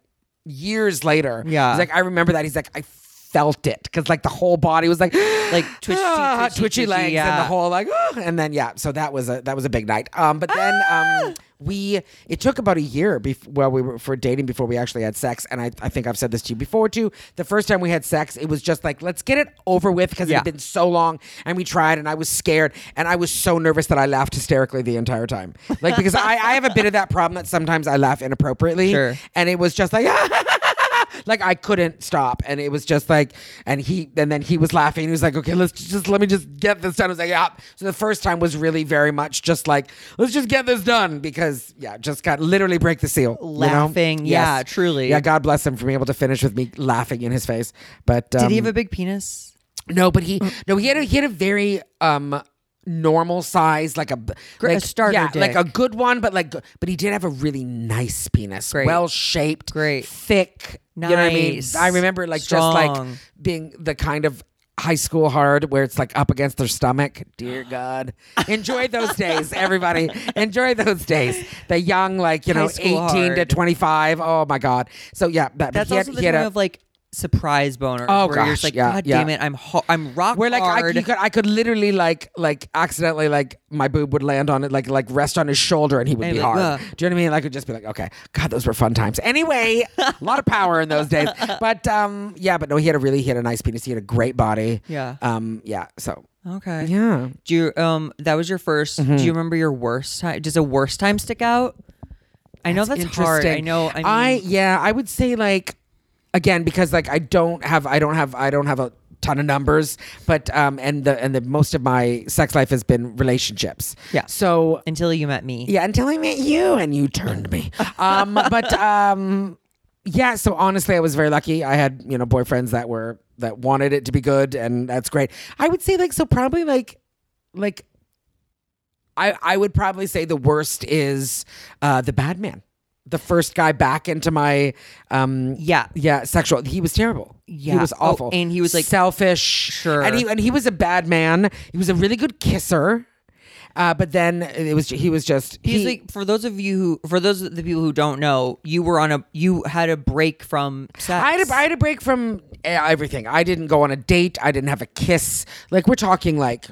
[SPEAKER 3] years later.
[SPEAKER 1] Yeah.
[SPEAKER 3] He's like, I remember that. He's like, I felt it because like the whole body was like, like
[SPEAKER 1] twitchy, twitchy, twitchy,
[SPEAKER 3] legs and
[SPEAKER 1] yeah.
[SPEAKER 3] the whole like, "Ah," and then yeah. So that was a that was a big night. Um, but then um, we it took about a year before well we were for dating before we actually had sex. And I I think I've said this to you before too. The first time we had sex, it was just like let's get it over with because it
[SPEAKER 1] Yeah.
[SPEAKER 3] had been so long, and we tried, and I was scared, and I was so nervous that I laughed hysterically the entire time, like because I I have a bit of that problem that sometimes I laugh inappropriately,
[SPEAKER 1] Sure.
[SPEAKER 3] and it was just like. "Ah, like I couldn't stop, and it was just like, and he, and then he was laughing. He was like, "Okay, let's just let me just get this done." I was like, "Yeah." So the first time was really very much just like, "Let's just get this done," because yeah, just got literally break the seal. you know?
[SPEAKER 1] Laughing, yeah, truly.
[SPEAKER 3] Yeah, God bless him for being able to finish with me laughing in his face. But um,
[SPEAKER 1] Did he have a big penis?
[SPEAKER 3] no, but he
[SPEAKER 1] Mm.
[SPEAKER 3] no, he had a he had a very um normal size, like a b-
[SPEAKER 1] Gr- a
[SPEAKER 3] like,
[SPEAKER 1] starter
[SPEAKER 3] yeah, like a
[SPEAKER 1] dick.
[SPEAKER 3] good one, but like go- but he did have a really nice penis,
[SPEAKER 1] Great.
[SPEAKER 3] well shaped,
[SPEAKER 1] Great.
[SPEAKER 3] thick. You know what I mean?
[SPEAKER 1] Nice.
[SPEAKER 3] I remember like just
[SPEAKER 1] Strong.
[SPEAKER 3] like being the kind of high school hard where it's like up against their stomach. Dear God, enjoy those days, everybody. Enjoy those days. The young, like you
[SPEAKER 1] High
[SPEAKER 3] know,
[SPEAKER 1] school
[SPEAKER 3] eighteen to
[SPEAKER 1] hard.
[SPEAKER 3] twenty five. Oh my God. So yeah, that, but
[SPEAKER 1] That's
[SPEAKER 3] he had-
[SPEAKER 1] also the
[SPEAKER 3] he had
[SPEAKER 1] time
[SPEAKER 3] a-
[SPEAKER 1] of like surprise boner.
[SPEAKER 3] Oh,
[SPEAKER 1] where You're
[SPEAKER 3] gosh,
[SPEAKER 1] just like,
[SPEAKER 3] yeah,
[SPEAKER 1] God
[SPEAKER 3] yeah.
[SPEAKER 1] damn it, I'm ho- I'm rock
[SPEAKER 3] Where like I,
[SPEAKER 1] hard.
[SPEAKER 3] you could, I could literally like like accidentally like my boob would land on it like like rest on his shoulder and he would
[SPEAKER 1] And
[SPEAKER 3] be
[SPEAKER 1] like,
[SPEAKER 3] hard.
[SPEAKER 1] ugh.
[SPEAKER 3] Do you know what I mean? Like would just be like, okay, God, those were fun times. Anyway, a lot of power in those days. But um, yeah, but no, he had a really he had a nice penis. He had a great body.
[SPEAKER 1] Yeah.
[SPEAKER 3] Um, yeah. So
[SPEAKER 1] okay.
[SPEAKER 3] yeah.
[SPEAKER 1] Do you um that was your 1st
[SPEAKER 3] Mm-hmm.
[SPEAKER 1] Do you remember your worst time? Does a worst time stick out? I know that's, hard. I
[SPEAKER 3] Interesting.
[SPEAKER 1] know. I mean,
[SPEAKER 3] yeah, I would say like again because like I don't have I don't have I don't have a ton of numbers, but um and the and the most of my sex life has been relationships.
[SPEAKER 1] Yeah.
[SPEAKER 3] So
[SPEAKER 1] until you met me.
[SPEAKER 3] Yeah, until I met you and you turned me. Um, but um, yeah, so honestly, I was very lucky. I had you know boyfriends that were that wanted it to be good, and that's great. I would say like so probably like like I I would probably say the worst is uh, the bad man, the first guy back into my um
[SPEAKER 1] Yeah.
[SPEAKER 3] yeah sexual. He was terrible.
[SPEAKER 1] Yeah.
[SPEAKER 3] he was
[SPEAKER 1] Oh,
[SPEAKER 3] awful,
[SPEAKER 1] and he was, like,
[SPEAKER 3] selfish.
[SPEAKER 1] Sure.
[SPEAKER 3] and he and he was a bad man. He was a really good kisser. Uh, but then it was he was just
[SPEAKER 1] He's
[SPEAKER 3] he-
[SPEAKER 1] like for those of you who for those of the people who don't know, you were on a you had a break from sex.
[SPEAKER 3] I had, a, I had a break from uh, everything. I didn't go on a date. I didn't have a kiss. Like we're talking like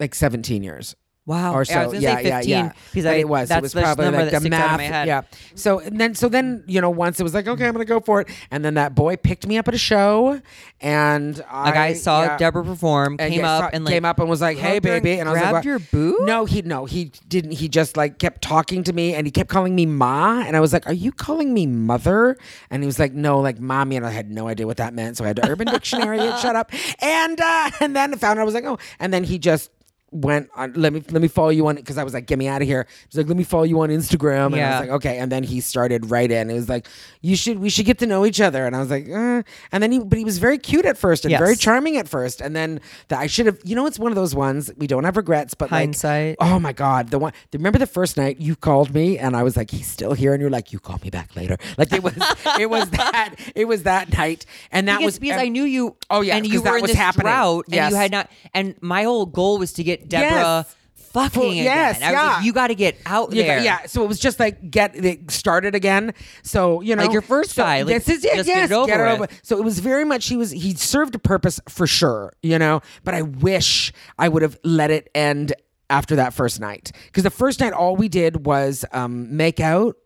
[SPEAKER 3] like 17 years.
[SPEAKER 1] wow.
[SPEAKER 3] Or
[SPEAKER 1] I
[SPEAKER 3] so,
[SPEAKER 1] was gonna
[SPEAKER 3] yeah,
[SPEAKER 1] say
[SPEAKER 3] yeah,
[SPEAKER 1] 15
[SPEAKER 3] yeah.
[SPEAKER 1] because
[SPEAKER 3] But
[SPEAKER 1] I
[SPEAKER 3] it was,
[SPEAKER 1] That's
[SPEAKER 3] it was
[SPEAKER 1] the
[SPEAKER 3] probably
[SPEAKER 1] number
[SPEAKER 3] like
[SPEAKER 1] that
[SPEAKER 3] the
[SPEAKER 1] sticks out
[SPEAKER 3] math,
[SPEAKER 1] of my head.
[SPEAKER 3] yeah. So and then, so then, you know, once it was like, okay, I'm gonna go for it, and then that boy picked me up at a show, and I,
[SPEAKER 1] Like I saw
[SPEAKER 3] yeah.
[SPEAKER 1] Deborah perform,
[SPEAKER 3] And
[SPEAKER 1] came
[SPEAKER 3] Uh, yeah,
[SPEAKER 1] up
[SPEAKER 3] saw-
[SPEAKER 1] and like
[SPEAKER 3] came up and was like, "Hey,
[SPEAKER 1] hugged her
[SPEAKER 3] baby," and I was like,
[SPEAKER 1] grabbed
[SPEAKER 3] "What?"
[SPEAKER 1] your boob.
[SPEAKER 3] No, he no, he didn't. He just like kept talking to me, and he kept calling me ma, and I was like, "Are you calling me mother?" And he was like, "No, like mommy," and I had no idea what that meant, so I had to Urban Dictionary it. Shut up, and uh, and then found out I was like, "Oh," and then he just went on let me let me follow you on because I was like, get me out of here. He's like, let me follow you on Instagram. And I
[SPEAKER 1] Yeah.
[SPEAKER 3] was like, okay. And then he started right in. It was like, you should we should get to know each other. And I was like, eh. and then he but he was very cute at first and
[SPEAKER 1] Yes.
[SPEAKER 3] very charming at first. And then that I should have you know it's one of those ones we don't have regrets, but
[SPEAKER 1] Hindsight.
[SPEAKER 3] like oh my god, the one remember the first night you called me and I was like, he's still here, and you're like, you call me back later. Like it was it was that it was that night. And that
[SPEAKER 1] Because,
[SPEAKER 3] was
[SPEAKER 1] because
[SPEAKER 3] ev-
[SPEAKER 1] I knew you.
[SPEAKER 3] Oh, yeah,
[SPEAKER 1] and
[SPEAKER 3] 'cause
[SPEAKER 1] you
[SPEAKER 3] that
[SPEAKER 1] were in
[SPEAKER 3] was
[SPEAKER 1] this
[SPEAKER 3] happening.
[SPEAKER 1] drought, and
[SPEAKER 3] Yes.
[SPEAKER 1] you had not. And my whole goal was to get Deborah
[SPEAKER 3] Yes.
[SPEAKER 1] fucking
[SPEAKER 3] Full- yes,
[SPEAKER 1] again. I was
[SPEAKER 3] yeah.
[SPEAKER 1] like, you got to get out
[SPEAKER 3] You
[SPEAKER 1] there.
[SPEAKER 3] got- Yeah, so it was just like get it started again. So you know,
[SPEAKER 1] Like your first
[SPEAKER 3] so
[SPEAKER 1] guy, like,
[SPEAKER 3] this is it.
[SPEAKER 1] just
[SPEAKER 3] yes,
[SPEAKER 1] get it over with.
[SPEAKER 3] So it was very much he was he served a purpose for sure. You know, but I wish I would have let it end after that first night because the first night all we did was um, make out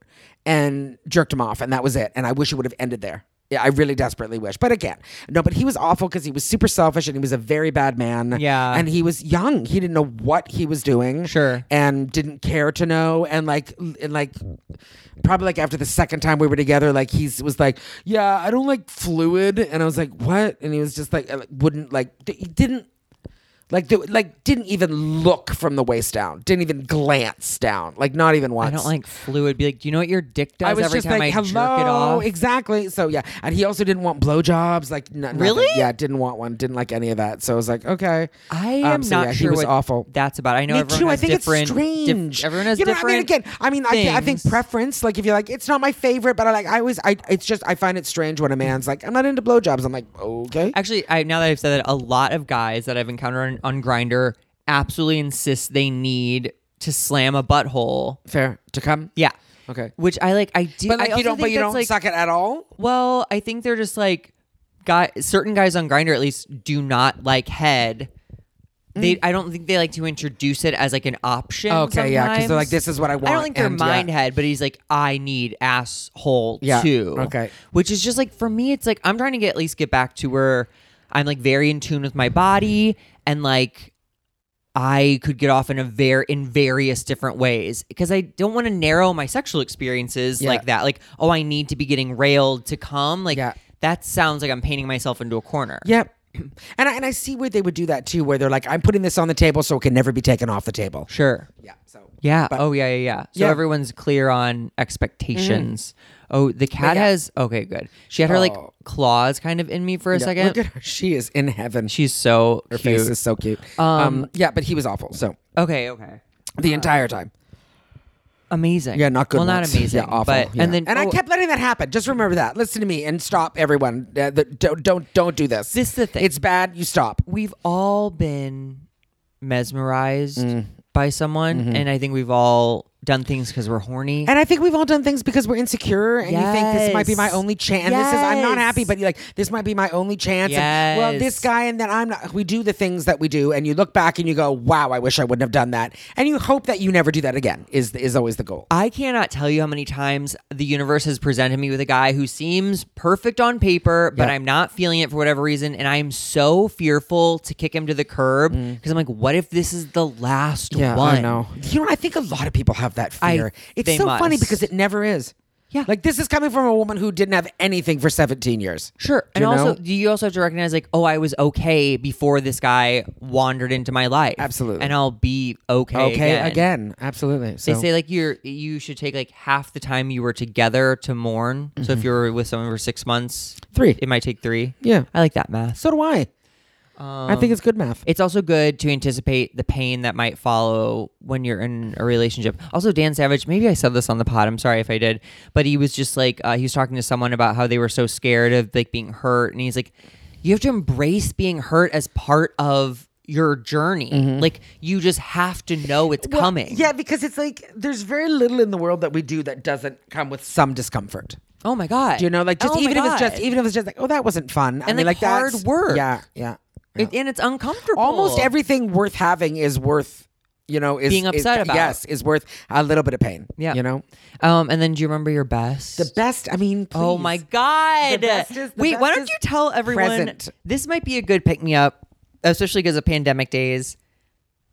[SPEAKER 3] and jerked him off, and that was it. And I wish it would have ended there. Yeah, I really desperately wish, but again, no. But he was awful because he was super selfish and he was a very bad man.
[SPEAKER 1] Yeah.
[SPEAKER 3] and he was young. He didn't know what he was doing
[SPEAKER 1] Sure.
[SPEAKER 3] and didn't care to know and like l- and like probably like after the second time we were together like he's was like yeah i don't like fluid and i was like what and he was just like uh, like, wouldn't like d- he didn't like do, like didn't even look from the waist down didn't even glance down like not even once
[SPEAKER 1] I don't like fluid. Be like, do you know what your dick does
[SPEAKER 3] I was
[SPEAKER 1] every
[SPEAKER 3] just
[SPEAKER 1] time I
[SPEAKER 3] like, hello,
[SPEAKER 1] jerk it off?
[SPEAKER 3] exactly. So yeah, and he also didn't want blowjobs, like n- nothing.
[SPEAKER 1] Really?
[SPEAKER 3] Yeah, didn't want one, didn't like any of that. So I was like, okay.
[SPEAKER 1] I am
[SPEAKER 3] Um, so,
[SPEAKER 1] not
[SPEAKER 3] yeah,
[SPEAKER 1] sure
[SPEAKER 3] He was
[SPEAKER 1] what
[SPEAKER 3] awful.
[SPEAKER 1] that's about. I know
[SPEAKER 3] Me
[SPEAKER 1] everyone
[SPEAKER 3] too. I
[SPEAKER 1] has
[SPEAKER 3] think
[SPEAKER 1] different.
[SPEAKER 3] it's
[SPEAKER 1] diff-
[SPEAKER 3] strange.
[SPEAKER 1] everyone has
[SPEAKER 3] you know,
[SPEAKER 1] different.
[SPEAKER 3] I mean, again, I mean, I, I think
[SPEAKER 1] things.
[SPEAKER 3] preference. Like, if you're like, it's not my favorite, but I like, I always, I, it's just, I find it strange when a man's like, I'm not into blowjobs. I'm like, okay.
[SPEAKER 1] Actually, I now that I've said that, a lot of guys that I've encountered on, on Grinder absolutely insist they need to slam a butthole.
[SPEAKER 3] Fair to come.
[SPEAKER 1] Yeah.
[SPEAKER 3] Okay.
[SPEAKER 1] Which I like. I do. I
[SPEAKER 3] But like, you
[SPEAKER 1] also
[SPEAKER 3] don't, but
[SPEAKER 1] think
[SPEAKER 3] you
[SPEAKER 1] that's,
[SPEAKER 3] don't
[SPEAKER 1] like,
[SPEAKER 3] suck it at all.
[SPEAKER 1] Well, I think they're just like guy certain guys on Grinder at least do not like head. They I don't think they like to introduce it as like an option.
[SPEAKER 3] Mm. Okay, yeah, 'cause they're like,
[SPEAKER 1] sometimes.
[SPEAKER 3] "This is what I
[SPEAKER 1] I
[SPEAKER 3] want,"
[SPEAKER 1] don't think they're
[SPEAKER 3] and yeah.
[SPEAKER 1] mind head, but he's like, I need asshole
[SPEAKER 3] Yeah,
[SPEAKER 1] too.
[SPEAKER 3] okay.
[SPEAKER 1] Which is just like for me, it's like I'm trying to get at least get back to where I'm like very in tune with my body and like I could get off in a very in various different ways because I don't want to narrow my sexual experiences
[SPEAKER 3] Yeah.
[SPEAKER 1] like that. Like, oh, I need to be getting railed to come. Like
[SPEAKER 3] Yeah.
[SPEAKER 1] that sounds like I'm painting myself into a corner.
[SPEAKER 3] Yep. And I, and I see where they would do that too, where they're like, I'm putting this on the table so it can never be taken off the table.
[SPEAKER 1] Sure.
[SPEAKER 3] Yeah. So
[SPEAKER 1] Yeah. oh yeah, yeah, yeah. So
[SPEAKER 3] Yeah. Mm-hmm.
[SPEAKER 1] everyone's clear on expectations. Oh, the cat
[SPEAKER 3] yeah.
[SPEAKER 1] has okay, good. She had her like
[SPEAKER 3] Oh.
[SPEAKER 1] claws kind of in me for a
[SPEAKER 3] Yeah,
[SPEAKER 1] second.
[SPEAKER 3] Look at her. She is in heaven.
[SPEAKER 1] She's so
[SPEAKER 3] her
[SPEAKER 1] cute.
[SPEAKER 3] face is so cute. um, yeah, but he was awful. So
[SPEAKER 1] Okay, okay.
[SPEAKER 3] the entire time.
[SPEAKER 1] Amazing.
[SPEAKER 3] Yeah, not good.
[SPEAKER 1] Well,
[SPEAKER 3] ones.
[SPEAKER 1] not amazing.
[SPEAKER 3] Yeah, awful.
[SPEAKER 1] But
[SPEAKER 3] yeah.
[SPEAKER 1] and then
[SPEAKER 3] and I
[SPEAKER 1] oh,
[SPEAKER 3] kept letting that happen. Just remember that. Listen to me and stop, everyone. Uh, the, don't don't don't do this.
[SPEAKER 1] This is the thing.
[SPEAKER 3] It's bad. You stop.
[SPEAKER 1] we've all been mesmerized
[SPEAKER 3] Mm.
[SPEAKER 1] by someone, and I think we've all done things because we're horny.
[SPEAKER 3] Mm-hmm. And I think we've all done things because we're insecure, and you think this might be my
[SPEAKER 1] Yes.
[SPEAKER 3] only chance. This is I'm not
[SPEAKER 1] Yes.
[SPEAKER 3] happy, but you're like this might be my only chance. And, well, this
[SPEAKER 1] Yes.
[SPEAKER 3] guy, and then I'm not. We do the things that we do, and you look back and you go, "Wow, I wish I wouldn't have done that." And you hope that you never do that again. Is is always the goal.
[SPEAKER 1] I cannot tell you how many times the universe has presented me with a guy who seems perfect on paper, but
[SPEAKER 3] Yeah.
[SPEAKER 1] I'm not feeling it for whatever reason. And I'm so fearful to kick him to the curb because I'm like, what if this is the last one?
[SPEAKER 3] Mm. I know. You know, I think a lot of people have that
[SPEAKER 1] I-
[SPEAKER 3] fear. it's
[SPEAKER 1] they
[SPEAKER 3] so funny
[SPEAKER 1] must.
[SPEAKER 3] because it never is.
[SPEAKER 1] Yeah.
[SPEAKER 3] Like this is coming from a woman who didn't have anything for 17 years.
[SPEAKER 1] Sure. And
[SPEAKER 3] you
[SPEAKER 1] also,
[SPEAKER 3] know?
[SPEAKER 1] do you also have to recognize, like, oh, I was okay before this guy wandered into my life.
[SPEAKER 3] Absolutely.
[SPEAKER 1] And I'll be okay.
[SPEAKER 3] Okay, again.
[SPEAKER 1] again.
[SPEAKER 3] Absolutely. So
[SPEAKER 1] They say like you're you should take like half the time you were together to mourn. So if you were with someone for six months,
[SPEAKER 3] Mm-hmm. Three.
[SPEAKER 1] it might take three.
[SPEAKER 3] Yeah.
[SPEAKER 1] I like that math.
[SPEAKER 3] so do I. I think it's good math.
[SPEAKER 1] Um, It's also good to anticipate the pain that might follow when you're in a relationship. Also, Dan Savage, maybe I said this on the pod. I'm sorry if I did, but he was just like uh, he was talking to someone about how they were so scared of like being hurt, and he's like, you have to embrace being hurt as part of your journey. Like you just have to know it's
[SPEAKER 3] Mm-hmm. Well,
[SPEAKER 1] coming.
[SPEAKER 3] Yeah, because it's like there's very little in the world that we do that doesn't come with some discomfort.
[SPEAKER 1] Oh my god.
[SPEAKER 3] Do you know? Like just
[SPEAKER 1] Oh my
[SPEAKER 3] even if it's just
[SPEAKER 1] God.
[SPEAKER 3] even if it's just like, oh, that wasn't fun. I
[SPEAKER 1] And,
[SPEAKER 3] mean,
[SPEAKER 1] like,
[SPEAKER 3] that's-
[SPEAKER 1] hard work.
[SPEAKER 3] Yeah. Yeah. yeah.
[SPEAKER 1] It- and it's uncomfortable.
[SPEAKER 3] Almost everything worth having is worth you know, is
[SPEAKER 1] Being
[SPEAKER 3] is-
[SPEAKER 1] upset about.
[SPEAKER 3] Yes, is worth a little bit of pain.
[SPEAKER 1] Yeah.
[SPEAKER 3] You know?
[SPEAKER 1] Um, and then do you remember your best?
[SPEAKER 3] The best, I mean,
[SPEAKER 1] Oh
[SPEAKER 3] please.
[SPEAKER 1] my god!
[SPEAKER 3] The best is- the
[SPEAKER 1] Wait, why
[SPEAKER 3] best
[SPEAKER 1] don't
[SPEAKER 3] is
[SPEAKER 1] you tell everyone?
[SPEAKER 3] present.
[SPEAKER 1] This might be a good pick me up, especially because of pandemic days.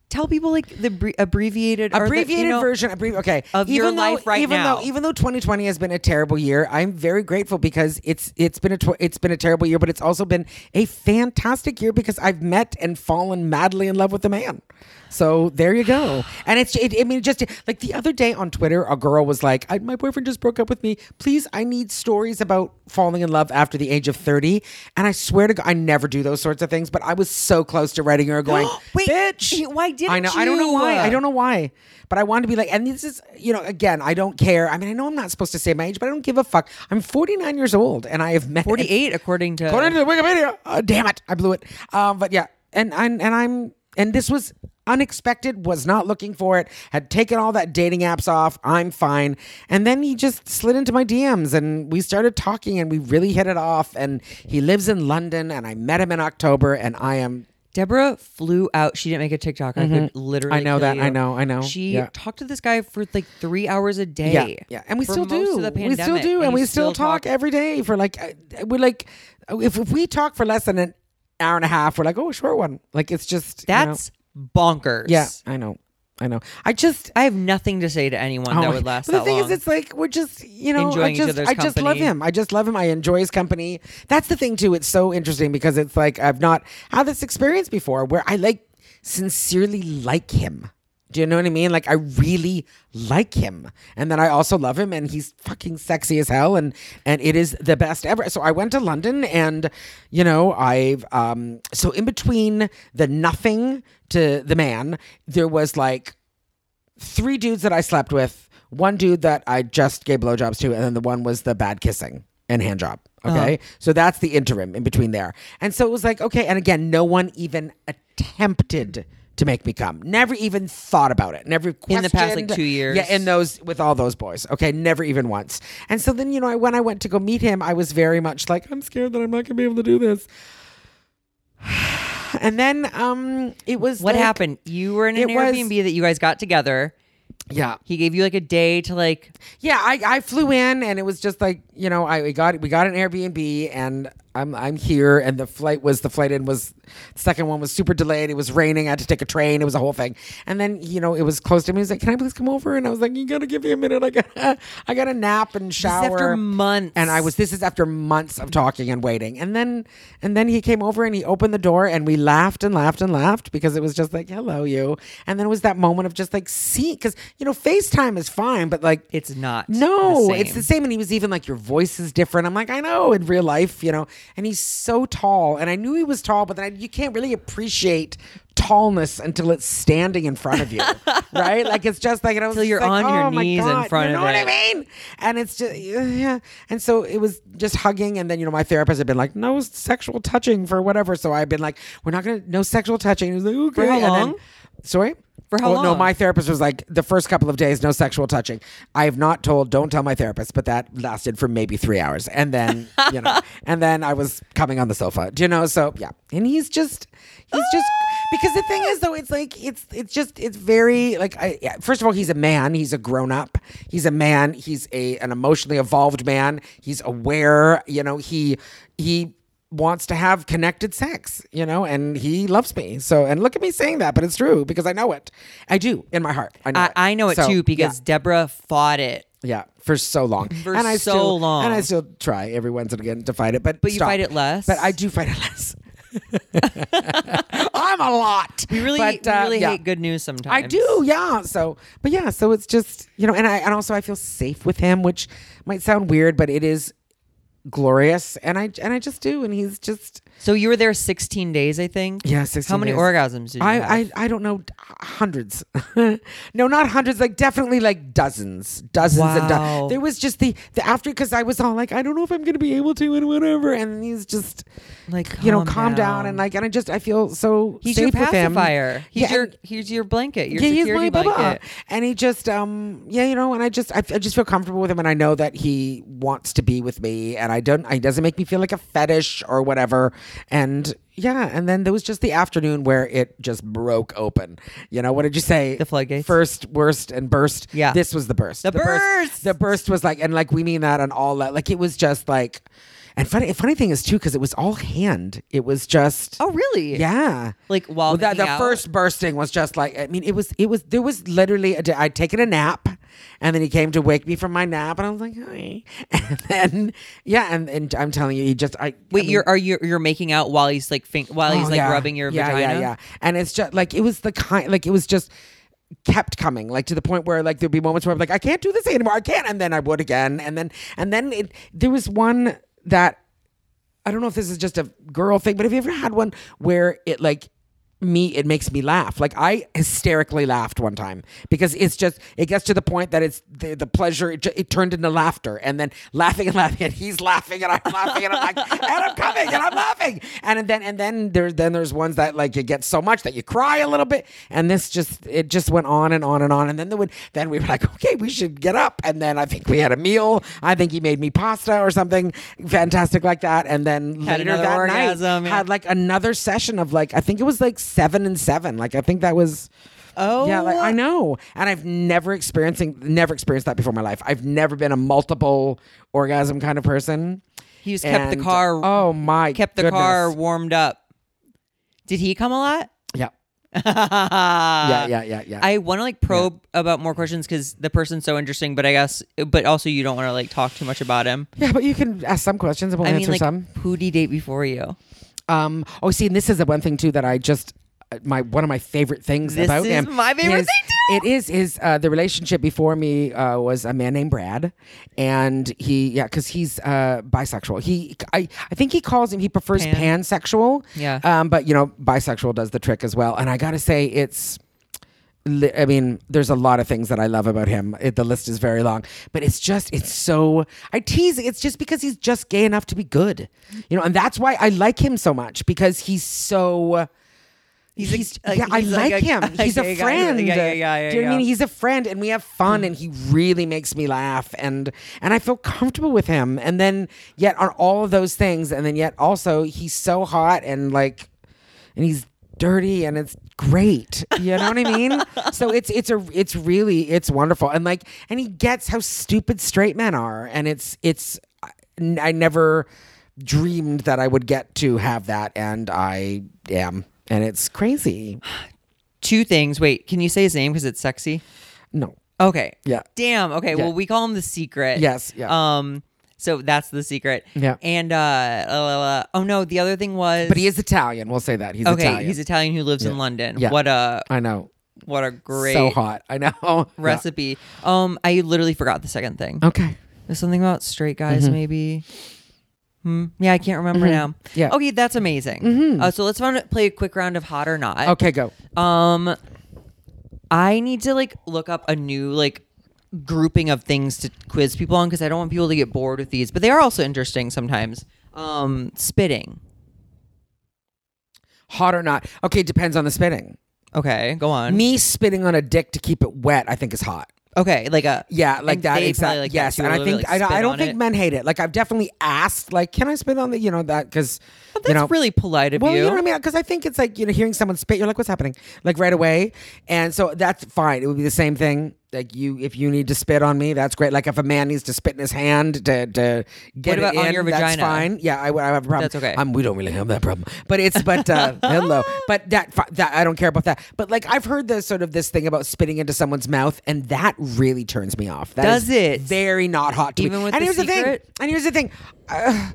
[SPEAKER 1] tell people like the bre- abbreviated or the, you
[SPEAKER 3] abbreviated
[SPEAKER 1] know-
[SPEAKER 3] version abbrevi- okay
[SPEAKER 1] of your life right
[SPEAKER 3] even
[SPEAKER 1] now.
[SPEAKER 3] though even though 2020 has been a terrible year i'm very grateful because it's it's been a tw- it's been a terrible year but it's also been a fantastic year because i've met and fallen madly in love with a man so there you go and it's it, i mean just like the other day on twitter a girl was like I, my boyfriend just broke up with me please i need stories about falling in love after the age of 30 and i swear to god i never do those sorts of things but i was so close to writing her going
[SPEAKER 1] Wait,
[SPEAKER 3] bitch
[SPEAKER 1] why
[SPEAKER 3] i
[SPEAKER 1] didn't
[SPEAKER 3] know i don't know
[SPEAKER 1] you?
[SPEAKER 3] why i don't know know why, but I wanted to be like, and this is, you know, again, I don't care. I mean, I know I'm not supposed to say my age, but I don't give a fuck. I'm 49 years old, and I have met
[SPEAKER 1] 48 according to
[SPEAKER 3] According to Wikipedia, oh, damn it, I blew it. Um, but yeah, and and and I'm and this was unexpected. Was not looking for it. Had taken all that dating apps off. I'm fine. And then he just slid into my DMs, and we started talking, and we really hit it off. And he lives in London, and I met him in October, and I am
[SPEAKER 1] Deborah flew out. She didn't make a TikTok. I could literally.
[SPEAKER 3] Mm-hmm. I know
[SPEAKER 1] kill
[SPEAKER 3] that.
[SPEAKER 1] you.
[SPEAKER 3] I know. I know.
[SPEAKER 1] She
[SPEAKER 3] Yeah.
[SPEAKER 1] talked to this guy for like three hours a day.
[SPEAKER 3] Yeah, yeah, and we
[SPEAKER 1] for
[SPEAKER 3] still
[SPEAKER 1] most
[SPEAKER 3] do.
[SPEAKER 1] of the
[SPEAKER 3] we still
[SPEAKER 1] pandemic,
[SPEAKER 3] do, and,
[SPEAKER 1] you e-,
[SPEAKER 3] we still, talk, every day for like uh, we're like if, if we talk for less than an hour and a half, we're like oh short one. Like it's just you know.
[SPEAKER 1] That's bonkers.
[SPEAKER 3] yeah. I know, I know. I just
[SPEAKER 1] I have nothing to say to anyone that
[SPEAKER 3] Oh,
[SPEAKER 1] would last
[SPEAKER 3] but the
[SPEAKER 1] that
[SPEAKER 3] thing
[SPEAKER 1] long.
[SPEAKER 3] is, it's like we're just you know,
[SPEAKER 1] Enjoying
[SPEAKER 3] I
[SPEAKER 1] each
[SPEAKER 3] just
[SPEAKER 1] other's
[SPEAKER 3] I just love
[SPEAKER 1] company.
[SPEAKER 3] him. I just love him. I enjoy his company. That's the thing too. It's so interesting because it's like I've not had this experience before where I like sincerely like him. Do you know what I mean? Like I really like him, and then I also love him, and he's fucking sexy as hell, and and it is the best ever. So I went to London, and you know I've um so in between the nothing to the man, there was like three dudes that I slept with, one dude that I just gave blowjobs to, and then the one was the bad kissing and hand job.
[SPEAKER 1] Uh-huh.
[SPEAKER 3] Okay. So that's the interim in between there. And so it was like, okay. And again, no one even attempted to make me come. Never even thought about it. Never
[SPEAKER 1] In the past, like,
[SPEAKER 3] questioned-
[SPEAKER 1] two years.
[SPEAKER 3] Yeah. In those, with all those boys. Okay. Never even once. And so then, you know, I, when I went to go meet him, I was very much like, I'm scared that I'm not going to be able to do this. And then um it was
[SPEAKER 1] what
[SPEAKER 3] like-
[SPEAKER 1] happened? You were in an
[SPEAKER 3] It was-
[SPEAKER 1] Airbnb that you guys got together.
[SPEAKER 3] Yeah.
[SPEAKER 1] He gave you like a day to like.
[SPEAKER 3] Yeah, I, I flew in and it was just like you know I we got we got an Airbnb and I'm I'm here and the flight was the flight in was the second one was super delayed it was raining I had to take a train it was a whole thing and then you know it was close to me he was like can I please come over and I was like you gotta give me a minute I got I got to nap and
[SPEAKER 1] This is
[SPEAKER 3] shower
[SPEAKER 1] after months,
[SPEAKER 3] and I was this is after months of talking and waiting and then and then he came over and he opened the door and we laughed and laughed and laughed because it was just like hello you and then it was that moment of just like see because you know FaceTime is fine but like
[SPEAKER 1] It's not.
[SPEAKER 3] no,
[SPEAKER 1] the
[SPEAKER 3] it's the
[SPEAKER 1] same.
[SPEAKER 3] same. And he was even like, Your voice is different. I'm like, I know in real life, you know. And he's so tall. And I knew he was tall, but then I, you can't really appreciate tallness until it's standing in front of you, right? Like it's just like, and I was
[SPEAKER 1] Till you're
[SPEAKER 3] just like,
[SPEAKER 1] on your
[SPEAKER 3] "Oh my
[SPEAKER 1] knees in
[SPEAKER 3] God,"
[SPEAKER 1] front
[SPEAKER 3] you
[SPEAKER 1] of
[SPEAKER 3] know what
[SPEAKER 1] it.
[SPEAKER 3] I mean? And it's just, yeah. And so it was just hugging. And then, you know, my therapist had been like, No sexual touching for whatever. So I've been like, We're not going to, no sexual touching. He was like, Okay.
[SPEAKER 1] how
[SPEAKER 3] and then-
[SPEAKER 1] long?
[SPEAKER 3] sorry?
[SPEAKER 1] For how
[SPEAKER 3] Oh, No,
[SPEAKER 1] long?
[SPEAKER 3] my therapist was like, the first couple of days, no sexual touching. I have not told, don't tell my therapist, but that lasted for maybe three hours. And then, you know, and then I was coming on the sofa, do you know? So yeah. And he's just, he's just, because the thing is though, it's like, it's, it's just, it's very like, I, yeah, first of all, he's a man. He's a grown up. He's a man. He's a, an emotionally evolved man. He's aware, you know, he, he, wants to have connected sex, you know, and he loves me. So, and look at me saying that, but it's true because I know it. I do in my heart. I know
[SPEAKER 1] I,
[SPEAKER 3] it.
[SPEAKER 1] I know it
[SPEAKER 3] So,
[SPEAKER 1] too because Deborah fought it.
[SPEAKER 3] yeah, yeah, for so long,
[SPEAKER 1] For
[SPEAKER 3] and I
[SPEAKER 1] so
[SPEAKER 3] still,
[SPEAKER 1] long.
[SPEAKER 3] and I still try every once and again to fight it, but
[SPEAKER 1] But you
[SPEAKER 3] stop.
[SPEAKER 1] fight it less?
[SPEAKER 3] But I do fight it less. I'm a lot.
[SPEAKER 1] We really,
[SPEAKER 3] but,
[SPEAKER 1] we
[SPEAKER 3] uh,
[SPEAKER 1] really
[SPEAKER 3] yeah.
[SPEAKER 1] hate good news sometimes.
[SPEAKER 3] I do, yeah. So, but yeah, so it's just you know, and I and also I feel safe with him, which might sound weird, but it is glorious, and I and I just do, and he's just
[SPEAKER 1] So you were there 16 days, I think.
[SPEAKER 3] Yeah, 16
[SPEAKER 1] How many
[SPEAKER 3] days.
[SPEAKER 1] orgasms did you have?
[SPEAKER 3] I, I I don't know, hundreds. no, not hundreds. Like definitely like dozens, dozens. And
[SPEAKER 1] Wow.
[SPEAKER 3] do- there was just the the after because I was all like, I don't know if I'm gonna be able to and whatever. And he's just
[SPEAKER 1] Like,
[SPEAKER 3] you know,
[SPEAKER 1] calm
[SPEAKER 3] calm down.
[SPEAKER 1] down.
[SPEAKER 3] and like, and I just I feel so
[SPEAKER 1] He's your
[SPEAKER 3] safe with him.
[SPEAKER 1] pacifier. He's
[SPEAKER 3] Yeah,
[SPEAKER 1] your
[SPEAKER 3] and-
[SPEAKER 1] he's your blanket. Your
[SPEAKER 3] yeah, he's
[SPEAKER 1] security
[SPEAKER 3] my baba.
[SPEAKER 1] blanket.
[SPEAKER 3] And he just, um, yeah, you know, and I just, I, I just feel comfortable with him, and I know that he wants to be with me, and I don't, he doesn't make me feel like a fetish or whatever, and yeah, and then there was just the afternoon where it just broke open. You know, what did you say?
[SPEAKER 1] The floodgates.
[SPEAKER 3] First, worst, and burst.
[SPEAKER 1] Yeah.
[SPEAKER 3] this was the burst.
[SPEAKER 1] The burst!
[SPEAKER 3] The burst was like, and like we mean that on all that. Like it was just like. And funny, funny thing is too, because it was all hand. It was just
[SPEAKER 1] Oh, really?
[SPEAKER 3] yeah.
[SPEAKER 1] Like while
[SPEAKER 3] Well, that,
[SPEAKER 1] making
[SPEAKER 3] the
[SPEAKER 1] out?
[SPEAKER 3] first bursting was just like I mean, it was it was there was literally a day, I'd taken a nap, and then he came to wake me from my nap, and I was like, hi. And then yeah, and, and I'm telling you, he just I
[SPEAKER 1] Wait,
[SPEAKER 3] I mean,
[SPEAKER 1] you're are you you're making out while he's like fing- while he's
[SPEAKER 3] Oh,
[SPEAKER 1] like
[SPEAKER 3] yeah.
[SPEAKER 1] rubbing your
[SPEAKER 3] yeah,
[SPEAKER 1] vagina?
[SPEAKER 3] Yeah, yeah, And it's just like it was the kind like it was just kept coming like to the point where like there'd be moments where I'm like I can't do this anymore. I can't and then I would again and then and then it there was one that I don't know if this is just a girl thing, but have you ever had one where it like me it makes me laugh like i hysterically laughed one time because it's just it gets to the point that it's the, the pleasure it, ju- it turned into laughter and then laughing and laughing and he's laughing and i'm laughing and i'm like and i'm coming and i'm laughing and then and then there's then there's ones that like you get so much that you cry a little bit and this just it just went on and on and on and then the would then we were like okay we should get up and then i think we had a meal i think he made me pasta or something fantastic like that and then
[SPEAKER 1] Had
[SPEAKER 3] later
[SPEAKER 1] another
[SPEAKER 3] that
[SPEAKER 1] orgasm,
[SPEAKER 3] night
[SPEAKER 1] yeah.
[SPEAKER 3] had like another session of like I think it was like seven and seven. Like I think that was
[SPEAKER 1] Oh,
[SPEAKER 3] yeah. Like I know, and I've never experiencing never experienced that before in my life. I've never been a multiple orgasm kind of person.
[SPEAKER 1] He just kept the
[SPEAKER 3] And-
[SPEAKER 1] car
[SPEAKER 3] Oh my!
[SPEAKER 1] kept the
[SPEAKER 3] goodness.
[SPEAKER 1] car warmed up. Did he come a lot?
[SPEAKER 3] Yeah.
[SPEAKER 1] yeah,
[SPEAKER 3] Yeah. Yeah. Yeah. Yeah.
[SPEAKER 1] I want to like probe about more questions because the person's so interesting, but I guess, but also you don't want to like talk too much about him.
[SPEAKER 3] yeah, but you can ask some questions and we'll
[SPEAKER 1] I mean,
[SPEAKER 3] answer
[SPEAKER 1] like,
[SPEAKER 3] some.
[SPEAKER 1] who did he date before you?
[SPEAKER 3] Um, oh, see, and this is the one thing too that I just uh, my one of my favorite things
[SPEAKER 1] This
[SPEAKER 3] about
[SPEAKER 1] is
[SPEAKER 3] him.
[SPEAKER 1] my favorite
[SPEAKER 3] is-
[SPEAKER 1] thing,
[SPEAKER 3] It is his uh, the relationship before me uh, was a man named Brad, and he yeah because he's uh, bisexual. He I I think he calls him he prefers
[SPEAKER 1] Pan.
[SPEAKER 3] pansexual.
[SPEAKER 1] Yeah.
[SPEAKER 3] Um, but you know bisexual does the trick as well. And I gotta say it's. li- I mean, there's a lot of things that I love about him. It, the list is very long, but it's just, it's so, I tease, it's just because he's just gay enough to be good, you know, and that's why I like him so much because he's so,
[SPEAKER 1] He's
[SPEAKER 3] he's,
[SPEAKER 1] a- like,
[SPEAKER 3] yeah, I
[SPEAKER 1] he's
[SPEAKER 3] like,
[SPEAKER 1] like a-
[SPEAKER 3] him.
[SPEAKER 1] like
[SPEAKER 3] he's
[SPEAKER 1] a
[SPEAKER 3] a
[SPEAKER 1] guy who-
[SPEAKER 3] friend.
[SPEAKER 1] yeah, yeah, yeah, yeah,
[SPEAKER 3] Do you know what I
[SPEAKER 1] yeah.
[SPEAKER 3] mean? He's a friend and we have fun and he really makes me laugh and, and I feel comfortable with him. And then yet on all of those things, and then yet also he's so hot and like, and he's dirty and it's great. You know what I mean? so it's it's a it's really it's wonderful and like and he gets how stupid straight men are and it's it's I I never dreamed that I would get to have that and I am and it's crazy.
[SPEAKER 1] Two things. Wait, can you say his name because it's sexy?
[SPEAKER 3] No.
[SPEAKER 1] Okay.
[SPEAKER 3] Yeah.
[SPEAKER 1] Damn. Okay.
[SPEAKER 3] Yeah.
[SPEAKER 1] Well, we call him the secret.
[SPEAKER 3] Yes, yeah.
[SPEAKER 1] Um. So that's the secret.
[SPEAKER 3] Yeah.
[SPEAKER 1] And uh. la, la, la. Oh no. The other thing was.
[SPEAKER 3] But he is Italian. We'll say that. He's
[SPEAKER 1] okay.
[SPEAKER 3] Italian.
[SPEAKER 1] He's Italian who lives in London.
[SPEAKER 3] Yeah.
[SPEAKER 1] What a
[SPEAKER 3] I know.
[SPEAKER 1] what a great
[SPEAKER 3] So hot. I know.
[SPEAKER 1] recipe. Um. I literally forgot the second thing.
[SPEAKER 3] Yeah. Okay.
[SPEAKER 1] There's something about straight guys,
[SPEAKER 3] Mm-hmm.
[SPEAKER 1] maybe. Hmm. Yeah, I can't remember now.
[SPEAKER 3] Yeah. Mm-hmm.
[SPEAKER 1] Okay, that's amazing. Uh, so let's run, play a quick round of hot or not.
[SPEAKER 3] Okay, go.
[SPEAKER 1] Um, I need to like look up a new like grouping of things to quiz people on because I don't want people to get bored with these, but they are also interesting sometimes. Um, spitting.
[SPEAKER 3] Hot or not. Okay, depends on the spitting.
[SPEAKER 1] Okay, go on.
[SPEAKER 3] Me spitting on a dick to keep it wet, I think is hot.
[SPEAKER 1] Okay, like a
[SPEAKER 3] Yeah, like
[SPEAKER 1] and
[SPEAKER 3] that.
[SPEAKER 1] they
[SPEAKER 3] Exactly.
[SPEAKER 1] probably like that
[SPEAKER 3] yes,
[SPEAKER 1] too, a
[SPEAKER 3] and I
[SPEAKER 1] little
[SPEAKER 3] think
[SPEAKER 1] bit, like,
[SPEAKER 3] I don't,
[SPEAKER 1] spit
[SPEAKER 3] I
[SPEAKER 1] on
[SPEAKER 3] don't think
[SPEAKER 1] it.
[SPEAKER 3] men hate it. Like I've definitely asked, like, can I spit on the, you know, that because
[SPEAKER 1] That's
[SPEAKER 3] you know.
[SPEAKER 1] really polite of
[SPEAKER 3] well, you
[SPEAKER 1] you.
[SPEAKER 3] know what I mean? Because I think it's like you know, hearing someone spit, you're like, "What's happening?" Like right away, and so that's fine. It would be the same thing. Like you, if you need to spit on me, that's great. Like if a man needs to spit in his hand to, to get
[SPEAKER 1] about
[SPEAKER 3] it
[SPEAKER 1] on
[SPEAKER 3] in,
[SPEAKER 1] your
[SPEAKER 3] that's
[SPEAKER 1] vagina?
[SPEAKER 3] fine. Yeah, I, would- I have a problem.
[SPEAKER 1] That's okay.
[SPEAKER 3] Um, we don't really have that problem, but it's but uh, hello, but that fi- that I don't care about that. But like I've heard the sort of this thing about spitting into someone's mouth, and that really turns me off. That
[SPEAKER 1] Does
[SPEAKER 3] is
[SPEAKER 1] it?
[SPEAKER 3] Very not hot to
[SPEAKER 1] Even
[SPEAKER 3] me.
[SPEAKER 1] with
[SPEAKER 3] and
[SPEAKER 1] the
[SPEAKER 3] here's the
[SPEAKER 1] secret?
[SPEAKER 3] thing. And here's the thing. Uh,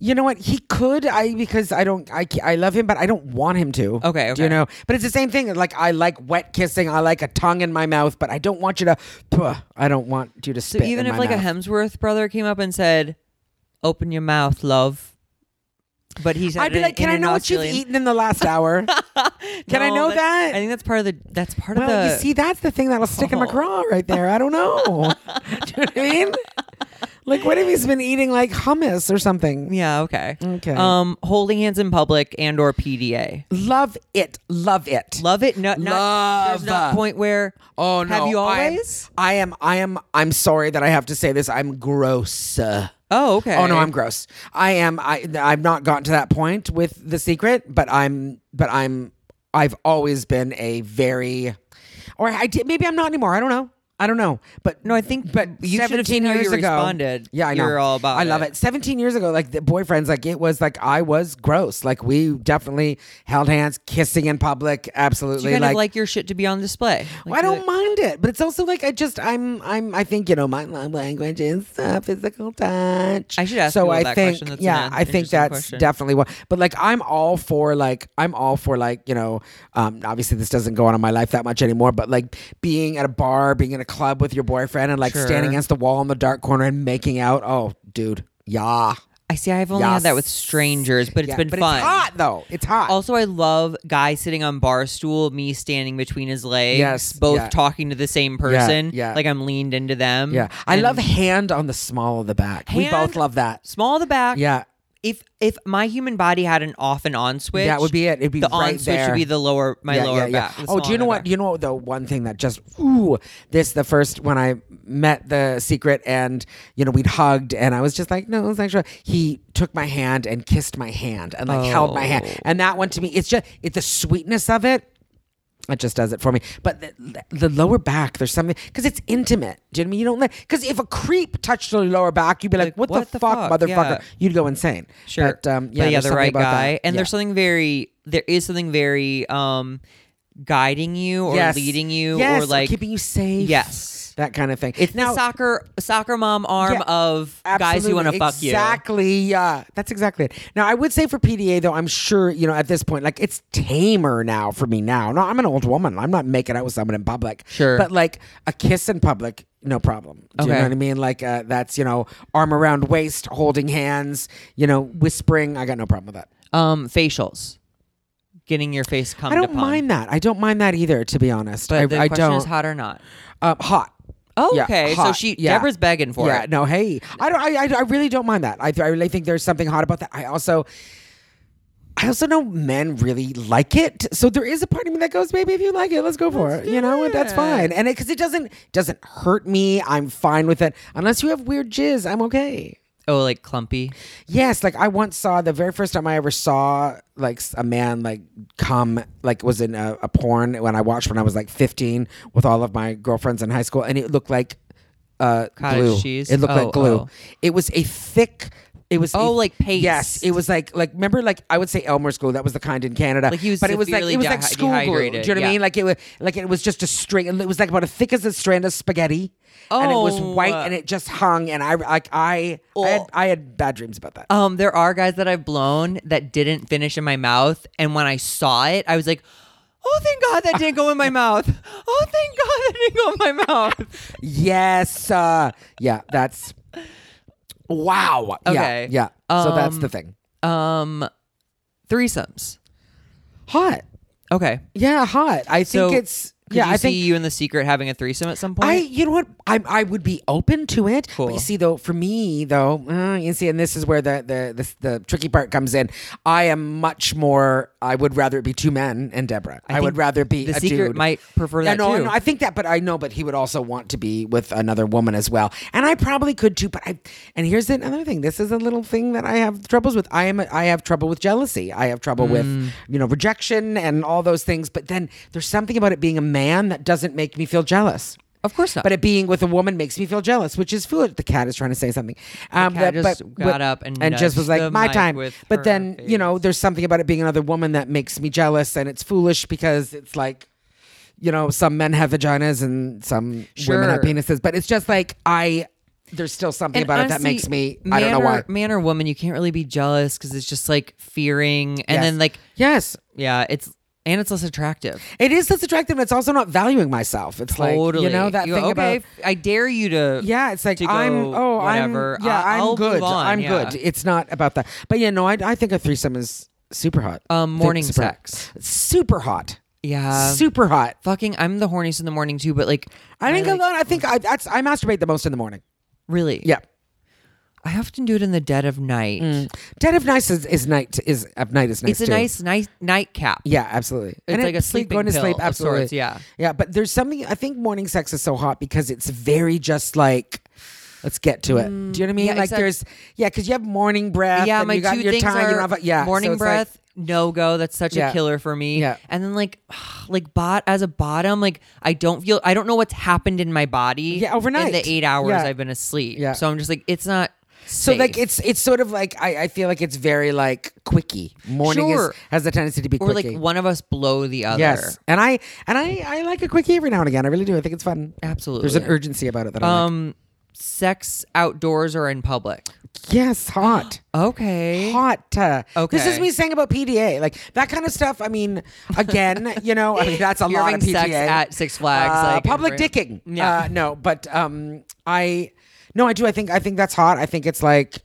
[SPEAKER 3] you know what? He could. I because I don't. I ca- I love him, but I don't want him to.
[SPEAKER 1] Okay,
[SPEAKER 3] Do
[SPEAKER 1] okay.
[SPEAKER 3] you know? But it's the same thing. Like I like wet kissing. I like a tongue in my mouth, but I don't want you to. Puh, I don't want you to
[SPEAKER 1] so
[SPEAKER 3] spit.
[SPEAKER 1] even
[SPEAKER 3] in
[SPEAKER 1] if
[SPEAKER 3] my
[SPEAKER 1] like
[SPEAKER 3] mouth.
[SPEAKER 1] a Hemsworth brother came up and said, "Open your mouth, love," but he's
[SPEAKER 3] I'd be like, can I know what you've eaten in the last hour? Can I know that?
[SPEAKER 1] I think that's part of the. That's part
[SPEAKER 3] Well,
[SPEAKER 1] of the.
[SPEAKER 3] you see, that's the thing that'll stick in my
[SPEAKER 1] Oh.
[SPEAKER 3] craw right there. I don't know. Do you know what I mean? Like, what if he's been eating like hummus or something?
[SPEAKER 1] Yeah. Okay.
[SPEAKER 3] Okay.
[SPEAKER 1] Um, holding hands in public and or PDA.
[SPEAKER 3] Love it. Love it.
[SPEAKER 1] Love it. No, not, there's
[SPEAKER 3] Love.
[SPEAKER 1] not a point where.
[SPEAKER 3] Oh no!
[SPEAKER 1] Have you
[SPEAKER 3] I am-
[SPEAKER 1] always?
[SPEAKER 3] I am. I am. I'm sorry that I have to say this. I'm gross.
[SPEAKER 1] Oh, okay.
[SPEAKER 3] Oh no, I'm gross. I am. I. I've not gotten to that point with the secret, but I'm. But I'm. I've always been a very, or I did. Maybe I'm not anymore. I don't know. I don't know, but
[SPEAKER 1] No, I think
[SPEAKER 3] but
[SPEAKER 1] you should have
[SPEAKER 3] 17
[SPEAKER 1] seen how
[SPEAKER 3] years
[SPEAKER 1] you
[SPEAKER 3] ago,
[SPEAKER 1] responded.
[SPEAKER 3] Yeah, I know.
[SPEAKER 1] You're all about
[SPEAKER 3] I love
[SPEAKER 1] it.
[SPEAKER 3] it. 17 years ago, like the boyfriends, like it was like I was gross. Like we definitely held hands, kissing in public.
[SPEAKER 1] you
[SPEAKER 3] Absolutely,
[SPEAKER 1] kind
[SPEAKER 3] like
[SPEAKER 1] of like your shit to be on display.
[SPEAKER 3] I don't mind it, but it's also like I just I'm I'm I think you know my love language is uh, physical touch.
[SPEAKER 1] I should ask
[SPEAKER 3] So
[SPEAKER 1] Will
[SPEAKER 3] I
[SPEAKER 1] that
[SPEAKER 3] think
[SPEAKER 1] question. That's an
[SPEAKER 3] yeah,
[SPEAKER 1] in-
[SPEAKER 3] I think
[SPEAKER 1] interesting
[SPEAKER 3] that's
[SPEAKER 1] question.
[SPEAKER 3] definitely one. But like I'm all for like I'm all for like you know um, obviously this doesn't go on in my life that much anymore. But like being at a bar, being in a club with your boyfriend, and like
[SPEAKER 1] Sure.
[SPEAKER 3] standing against the wall in the dark corner and making out. Oh, dude, yeah,
[SPEAKER 1] I see. I've only had Oh, that with
[SPEAKER 3] Yes.
[SPEAKER 1] strangers, but
[SPEAKER 3] it's
[SPEAKER 1] it's been fun.
[SPEAKER 3] It's hot though. It's hot.
[SPEAKER 1] Also, I love guy sitting on bar stool, me standing between his legs,
[SPEAKER 3] Yes,
[SPEAKER 1] both
[SPEAKER 3] yeah.
[SPEAKER 1] talking to the same person.
[SPEAKER 3] yeah.
[SPEAKER 1] Like I'm leaned into them.
[SPEAKER 3] yeah, I
[SPEAKER 1] And
[SPEAKER 3] love hand on the small of the back. we both
[SPEAKER 1] Hand-
[SPEAKER 3] love that.
[SPEAKER 1] small the back.
[SPEAKER 3] Yeah.
[SPEAKER 1] If if my human body had an off and on switch,
[SPEAKER 3] That would be it. It'd be
[SPEAKER 1] the
[SPEAKER 3] right
[SPEAKER 1] on switch
[SPEAKER 3] there.
[SPEAKER 1] would be the lower my
[SPEAKER 3] Yeah,
[SPEAKER 1] lower
[SPEAKER 3] yeah, yeah.
[SPEAKER 1] back. the
[SPEAKER 3] Oh, do
[SPEAKER 1] small
[SPEAKER 3] you know
[SPEAKER 1] lower
[SPEAKER 3] what?
[SPEAKER 1] back.
[SPEAKER 3] You know the one thing that just ooh, this the first when I met the secret and you know we'd hugged and I was just like no, it's actually he took my hand and kissed my hand and like held my
[SPEAKER 1] Oh.
[SPEAKER 3] hand and that one to me it's just it's the sweetness of it. It just does it for me, but the, the lower back, there's something because it's intimate. Do you know what I mean? You don't let because if a creep touched your lower back, you'd be like,
[SPEAKER 1] Like,
[SPEAKER 3] "What,
[SPEAKER 1] what
[SPEAKER 3] the,
[SPEAKER 1] the
[SPEAKER 3] fuck,
[SPEAKER 1] fuck?
[SPEAKER 3] motherfucker?"
[SPEAKER 1] Yeah.
[SPEAKER 3] You'd go insane.
[SPEAKER 1] Sure.
[SPEAKER 3] but, um, yeah, there's
[SPEAKER 1] the
[SPEAKER 3] something
[SPEAKER 1] right
[SPEAKER 3] about that.
[SPEAKER 1] guy. And
[SPEAKER 3] Yeah.
[SPEAKER 1] there's something very there is something very um guiding you or
[SPEAKER 3] Yes.
[SPEAKER 1] leading you
[SPEAKER 3] Yes,
[SPEAKER 1] or like
[SPEAKER 3] keeping you safe.
[SPEAKER 1] Yes.
[SPEAKER 3] that kind of thing. It's
[SPEAKER 1] the soccer soccer mom arm
[SPEAKER 3] Yeah,
[SPEAKER 1] of guys who want to fuck you.
[SPEAKER 3] Exactly. Yeah, that's exactly it. Now, I would say for PDA though, I'm sure you know at this point, like it's tamer now for me. Now, no, I'm an old woman. I'm not making out with someone in public.
[SPEAKER 1] Sure.
[SPEAKER 3] but like a kiss in public, no problem. Do you
[SPEAKER 1] Okay.
[SPEAKER 3] know what I mean? Like uh, that's you know arm around waist, holding hands, you know, whispering. I got no problem with that.
[SPEAKER 1] Um, facials, getting your face come.
[SPEAKER 3] I don't mind that. I don't mind that either, to be honest.
[SPEAKER 1] But
[SPEAKER 3] I,
[SPEAKER 1] the
[SPEAKER 3] I
[SPEAKER 1] question
[SPEAKER 3] don't.
[SPEAKER 1] is hot or not.
[SPEAKER 3] Uh, hot.
[SPEAKER 1] Oh,
[SPEAKER 3] Yeah,
[SPEAKER 1] okay. so
[SPEAKER 3] hot.
[SPEAKER 1] she
[SPEAKER 3] Yeah.
[SPEAKER 1] Deborah's begging for
[SPEAKER 3] yeah,
[SPEAKER 1] it.
[SPEAKER 3] no, hey, I don't, I, I, I really don't mind that. I, I really think there's something hot about that. I also, I also know men really like it, so there is a part of me that goes, baby, if you like it, let's go for it. You know, that's fine, and because it, doesn't doesn't hurt me, I'm fine with it. Unless you have weird jizz, I'm okay.
[SPEAKER 1] Oh, like clumpy.
[SPEAKER 3] Yes, like I once saw the very first time I ever saw like s- a man like come like was in a, a porn when I watched when I was like 15 with all of my girlfriends in high school, and it looked like uh,
[SPEAKER 1] Cottage
[SPEAKER 3] glue.
[SPEAKER 1] cheese?
[SPEAKER 3] It looked
[SPEAKER 1] Oh,
[SPEAKER 3] like glue.
[SPEAKER 1] oh.
[SPEAKER 3] It was a thick. It was a-
[SPEAKER 1] Oh, like paste.
[SPEAKER 3] Yes, it was like like remember like I would say Elmer's glue. That was the kind in Canada.
[SPEAKER 1] Like, he was
[SPEAKER 3] but it was like
[SPEAKER 1] severely
[SPEAKER 3] it was like
[SPEAKER 1] dehy-
[SPEAKER 3] school glue. Do you know
[SPEAKER 1] dehydrated,
[SPEAKER 3] what I
[SPEAKER 1] yeah.
[SPEAKER 3] mean? Like it was like it was just a string. It was like about as thick as a strand of spaghetti. and it was
[SPEAKER 1] Oh.
[SPEAKER 3] white and it just hung. And I like I I had,
[SPEAKER 1] Oh.
[SPEAKER 3] I had bad dreams about that.
[SPEAKER 1] Um, there are guys that I've blown that didn't finish in my mouth, and when I saw it, I was like, "Oh, thank God that didn't go in my mouth! Oh, thank God that didn't go in my mouth!"
[SPEAKER 3] Yes. Uh, yeah, that's wow. Yeah,
[SPEAKER 1] Okay.
[SPEAKER 3] Yeah. so that's
[SPEAKER 1] Um,
[SPEAKER 3] the thing.
[SPEAKER 1] Um, threesomes.
[SPEAKER 3] Hot.
[SPEAKER 1] Okay,
[SPEAKER 3] Yeah, hot. I
[SPEAKER 1] so
[SPEAKER 3] think it's
[SPEAKER 1] could
[SPEAKER 3] yeah.
[SPEAKER 1] you
[SPEAKER 3] I
[SPEAKER 1] see
[SPEAKER 3] think
[SPEAKER 1] you in the secret having a threesome at some point.
[SPEAKER 3] I. You know what? I I would be open to it. But
[SPEAKER 1] Cool.
[SPEAKER 3] you see, though, for me though, uh, you see, and this is where the the this, the tricky part comes in. I am much more. I would rather it be two men and Deborah. I, would
[SPEAKER 1] think
[SPEAKER 3] rather be
[SPEAKER 1] the
[SPEAKER 3] a
[SPEAKER 1] secret
[SPEAKER 3] dude.
[SPEAKER 1] might prefer
[SPEAKER 3] Yeah,
[SPEAKER 1] that
[SPEAKER 3] no,
[SPEAKER 1] too.
[SPEAKER 3] no, I think that, but I know, but he would also want to be with another woman as well, and I probably could too. But I, and here's another thing. This is a little thing that I have troubles with. I am, a, I have trouble with jealousy. I have trouble
[SPEAKER 1] Mm.
[SPEAKER 3] with, you know, rejection and all those things. But then there's something about it being a man that doesn't make me feel jealous.
[SPEAKER 1] of course not.
[SPEAKER 3] But it being with a woman makes me feel jealous, which is foolish. The cat is trying to say something. Um,
[SPEAKER 1] cat
[SPEAKER 3] that-
[SPEAKER 1] just
[SPEAKER 3] but-
[SPEAKER 1] got
[SPEAKER 3] but-
[SPEAKER 1] up and
[SPEAKER 3] just
[SPEAKER 1] nudged
[SPEAKER 3] was like,
[SPEAKER 1] the
[SPEAKER 3] my
[SPEAKER 1] mic
[SPEAKER 3] time.
[SPEAKER 1] with her
[SPEAKER 3] But then, you know,
[SPEAKER 1] face.
[SPEAKER 3] there's something about it being another woman that makes me jealous, and it's foolish because it's like, you know, some men have vaginas and some women have
[SPEAKER 1] Sure.
[SPEAKER 3] penises. But it's just like I, there's still something
[SPEAKER 1] And
[SPEAKER 3] about it that
[SPEAKER 1] honestly,
[SPEAKER 3] makes me.
[SPEAKER 1] Man
[SPEAKER 3] I don't know
[SPEAKER 1] or,
[SPEAKER 3] why.
[SPEAKER 1] Man or woman, you can't really be jealous because it's just like fearing, and
[SPEAKER 3] Yes.
[SPEAKER 1] then like
[SPEAKER 3] yes,
[SPEAKER 1] yeah, it's and it's less attractive.
[SPEAKER 3] it is less attractive. and It's also not valuing myself. It's
[SPEAKER 1] totally,
[SPEAKER 3] like you know that
[SPEAKER 1] You-
[SPEAKER 3] thing
[SPEAKER 1] okay,
[SPEAKER 3] about
[SPEAKER 1] f- I dare you to
[SPEAKER 3] Yeah, it's like
[SPEAKER 1] to
[SPEAKER 3] I'm
[SPEAKER 1] go
[SPEAKER 3] oh
[SPEAKER 1] whatever.
[SPEAKER 3] I'm yeah
[SPEAKER 1] I-
[SPEAKER 3] I'm
[SPEAKER 1] I'll
[SPEAKER 3] good
[SPEAKER 1] move on,
[SPEAKER 3] I'm
[SPEAKER 1] yeah.
[SPEAKER 3] good. It's not about that. But yeah, no, I I think a threesome is super hot.
[SPEAKER 1] Um,
[SPEAKER 3] Think
[SPEAKER 1] morning
[SPEAKER 3] super,
[SPEAKER 1] sex.
[SPEAKER 3] super hot,
[SPEAKER 1] yeah.
[SPEAKER 3] super hot.
[SPEAKER 1] fucking, I'm the horniest in the morning too, but like
[SPEAKER 3] I think
[SPEAKER 1] like,
[SPEAKER 3] alone. I think I that's I masturbate the most in the morning.
[SPEAKER 1] really,
[SPEAKER 3] Yeah, Mm,
[SPEAKER 1] I often do it in the dead of night.
[SPEAKER 3] dead of nice is, is night is of night is nice.
[SPEAKER 1] It's a
[SPEAKER 3] too.
[SPEAKER 1] nice, nice nightcap.
[SPEAKER 3] Yeah, absolutely. It's
[SPEAKER 1] like a sleeping
[SPEAKER 3] going to
[SPEAKER 1] pill
[SPEAKER 3] sleep.
[SPEAKER 1] of
[SPEAKER 3] Absolutely.
[SPEAKER 1] sorts, yeah.
[SPEAKER 3] yeah. But there's something I think morning sex is so hot because it's very just like Let's get to it. Do you know what I mean?
[SPEAKER 1] Mm, Yeah,
[SPEAKER 3] like
[SPEAKER 1] exact-
[SPEAKER 3] there's yeah, because you have morning breath.
[SPEAKER 1] yeah,
[SPEAKER 3] and
[SPEAKER 1] my
[SPEAKER 3] you got
[SPEAKER 1] two
[SPEAKER 3] your
[SPEAKER 1] things
[SPEAKER 3] time,
[SPEAKER 1] are
[SPEAKER 3] you don't have a- yeah, so
[SPEAKER 1] morning
[SPEAKER 3] it's like-
[SPEAKER 1] breath, no go. That's such
[SPEAKER 3] Yeah.
[SPEAKER 1] a killer for me.
[SPEAKER 3] Yeah.
[SPEAKER 1] and then like, like bot as a bottom, like I don't feel, I don't know what's happened in my body.
[SPEAKER 3] Yeah, overnight.
[SPEAKER 1] in the eight hours
[SPEAKER 3] Yeah.
[SPEAKER 1] I've been asleep.
[SPEAKER 3] Yeah.
[SPEAKER 1] so I'm just like, it's not.
[SPEAKER 3] so like
[SPEAKER 1] safe.
[SPEAKER 3] it's it's sort of like I, I feel like it's very like quickie. Morning is,
[SPEAKER 1] Sure.
[SPEAKER 3] has the tendency to be
[SPEAKER 1] or
[SPEAKER 3] quickie.
[SPEAKER 1] like one of us blow the other.
[SPEAKER 3] yes, and I and I I like a quickie every now and again. I really do. I think it's fun.
[SPEAKER 1] Absolutely.
[SPEAKER 3] There's an urgency about it that I like.
[SPEAKER 1] Um, sex outdoors or in public.
[SPEAKER 3] Yes, hot.
[SPEAKER 1] Okay.
[SPEAKER 3] hot. Uh, This is
[SPEAKER 1] Okay.
[SPEAKER 3] me saying about PDA. Like that kind of stuff. I mean, again, you know, I mean, that's a
[SPEAKER 1] You're
[SPEAKER 3] lot of
[SPEAKER 1] having
[SPEAKER 3] PDA.
[SPEAKER 1] sex at Six Flags,
[SPEAKER 3] Uh,
[SPEAKER 1] like,
[SPEAKER 3] public
[SPEAKER 1] every-
[SPEAKER 3] dicking.
[SPEAKER 1] Yeah.
[SPEAKER 3] Uh, no, but um, I, no, I do. I think, I think that's hot. I think it's like,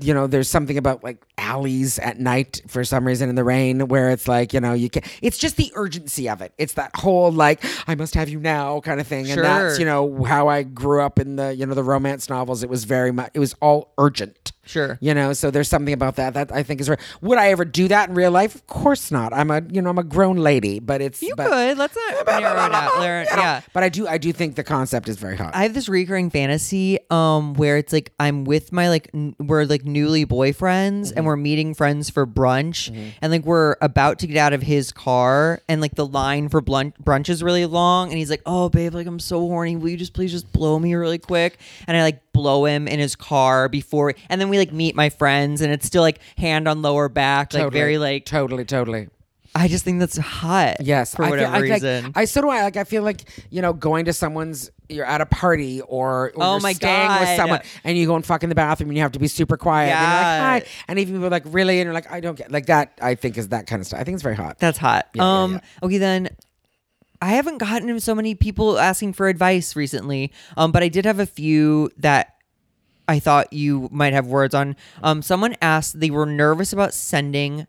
[SPEAKER 3] you know, there's something about like alleys at night for some reason in the rain where it's like, you know, you can, it's just the urgency of it. It's that whole like, I must have you now kind of thing. And that's,
[SPEAKER 1] Sure.
[SPEAKER 3] you know, how I grew up in the, you know, the romance novels. It was very much, it was all urgent.
[SPEAKER 1] Sure.
[SPEAKER 3] You know, so there's something about that that I think is right. Would I ever do that in real life? Of course not. I'm a you know I'm a grown lady, but it's
[SPEAKER 1] You
[SPEAKER 3] but,
[SPEAKER 1] could. Let's not narrow it out, Lauren.
[SPEAKER 3] you know,
[SPEAKER 1] Yeah.
[SPEAKER 3] But I do I do think the concept is very hot.
[SPEAKER 1] I have this recurring fantasy um where it's like I'm with my like n- we're like newly boyfriends
[SPEAKER 3] Mm-hmm.
[SPEAKER 1] and we're meeting friends for brunch and like we're about to get out of his car and like the line for blun- brunch is really long and he's like oh babe like I'm so horny will you just please just blow me really quick and I like blow him in his car before and then we like meet my friends and it's still like hand on lower back like
[SPEAKER 3] Totally.
[SPEAKER 1] very like
[SPEAKER 3] totally totally.
[SPEAKER 1] I just think that's hot
[SPEAKER 3] Yes,
[SPEAKER 1] for
[SPEAKER 3] I feel-
[SPEAKER 1] whatever
[SPEAKER 3] I feel,
[SPEAKER 1] reason
[SPEAKER 3] Like, I so do I. Like I feel like you know, going to someone's, you're at a party or, or
[SPEAKER 1] Oh
[SPEAKER 3] you're
[SPEAKER 1] my
[SPEAKER 3] staying with
[SPEAKER 1] God.
[SPEAKER 3] someone, and you go and fuck in the bathroom, and you have to be super quiet. And you're like,
[SPEAKER 1] Yeah.
[SPEAKER 3] hi, and even people are like really, and you're like, I don't get like that. I think is that kind of stuff. I think it's very hot.
[SPEAKER 1] That's hot.
[SPEAKER 3] yeah,
[SPEAKER 1] um okay then I haven't gotten so many people asking for advice recently. Um but I did have a few that I thought you might have words on. Um someone asked they were nervous about sending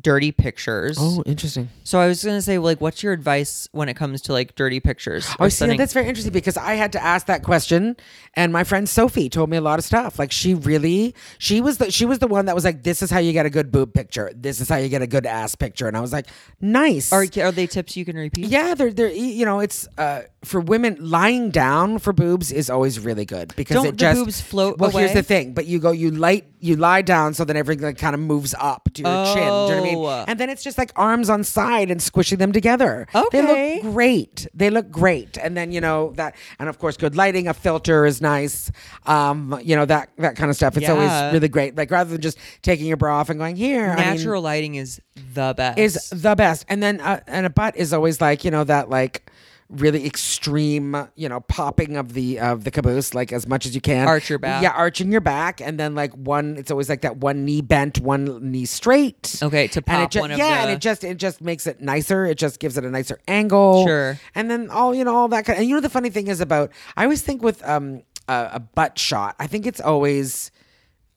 [SPEAKER 1] dirty pictures.
[SPEAKER 3] oh, interesting.
[SPEAKER 1] So I was going to say like what's your advice when it comes to like dirty pictures?
[SPEAKER 3] Oh,
[SPEAKER 1] or
[SPEAKER 3] see, now
[SPEAKER 1] sending-
[SPEAKER 3] that's very interesting because I had to ask that question, and my friend Sophie told me a lot of stuff. Like she really, she was the she was the one that was like, "This is how you get a good boob picture. This is how you get a good ass picture." And I was like, "Nice."
[SPEAKER 1] are are they tips you can repeat?
[SPEAKER 3] yeah, they're they're you know, it's uh for women lying down for boobs is always really good because
[SPEAKER 1] Don't
[SPEAKER 3] it
[SPEAKER 1] the
[SPEAKER 3] just
[SPEAKER 1] boobs float
[SPEAKER 3] Well, here's the
[SPEAKER 1] away?
[SPEAKER 3] thing, but you go you light you lie down so then everything like, kind of moves up to your chin. Do you know what I
[SPEAKER 1] Oh.
[SPEAKER 3] mean? And then it's just like arms on side and squishing them together. they
[SPEAKER 1] Okay.
[SPEAKER 3] look great. They look great. And then you know that, and of course, good lighting, a filter is nice. Um, you know that that kind of stuff. It's
[SPEAKER 1] Yeah.
[SPEAKER 3] always really great. Like rather than just taking your bra off and going here, I mean,
[SPEAKER 1] Natural lighting is the best.
[SPEAKER 3] is the best. And then uh, and a butt is always like you know that like really extreme you know popping of the of the caboose like as much as you can
[SPEAKER 1] Arch your back.
[SPEAKER 3] yeah arching your back and then like one it's always like that one knee bent one knee straight
[SPEAKER 1] Okay, to
[SPEAKER 3] and it
[SPEAKER 1] pop
[SPEAKER 3] ju-
[SPEAKER 1] one of
[SPEAKER 3] yeah and
[SPEAKER 1] the-
[SPEAKER 3] it just it just makes it nicer it just gives it a nicer angle
[SPEAKER 1] Sure.
[SPEAKER 3] and then all you know all that kind and you know the funny thing is about I always think with um a, a butt shot I think it's always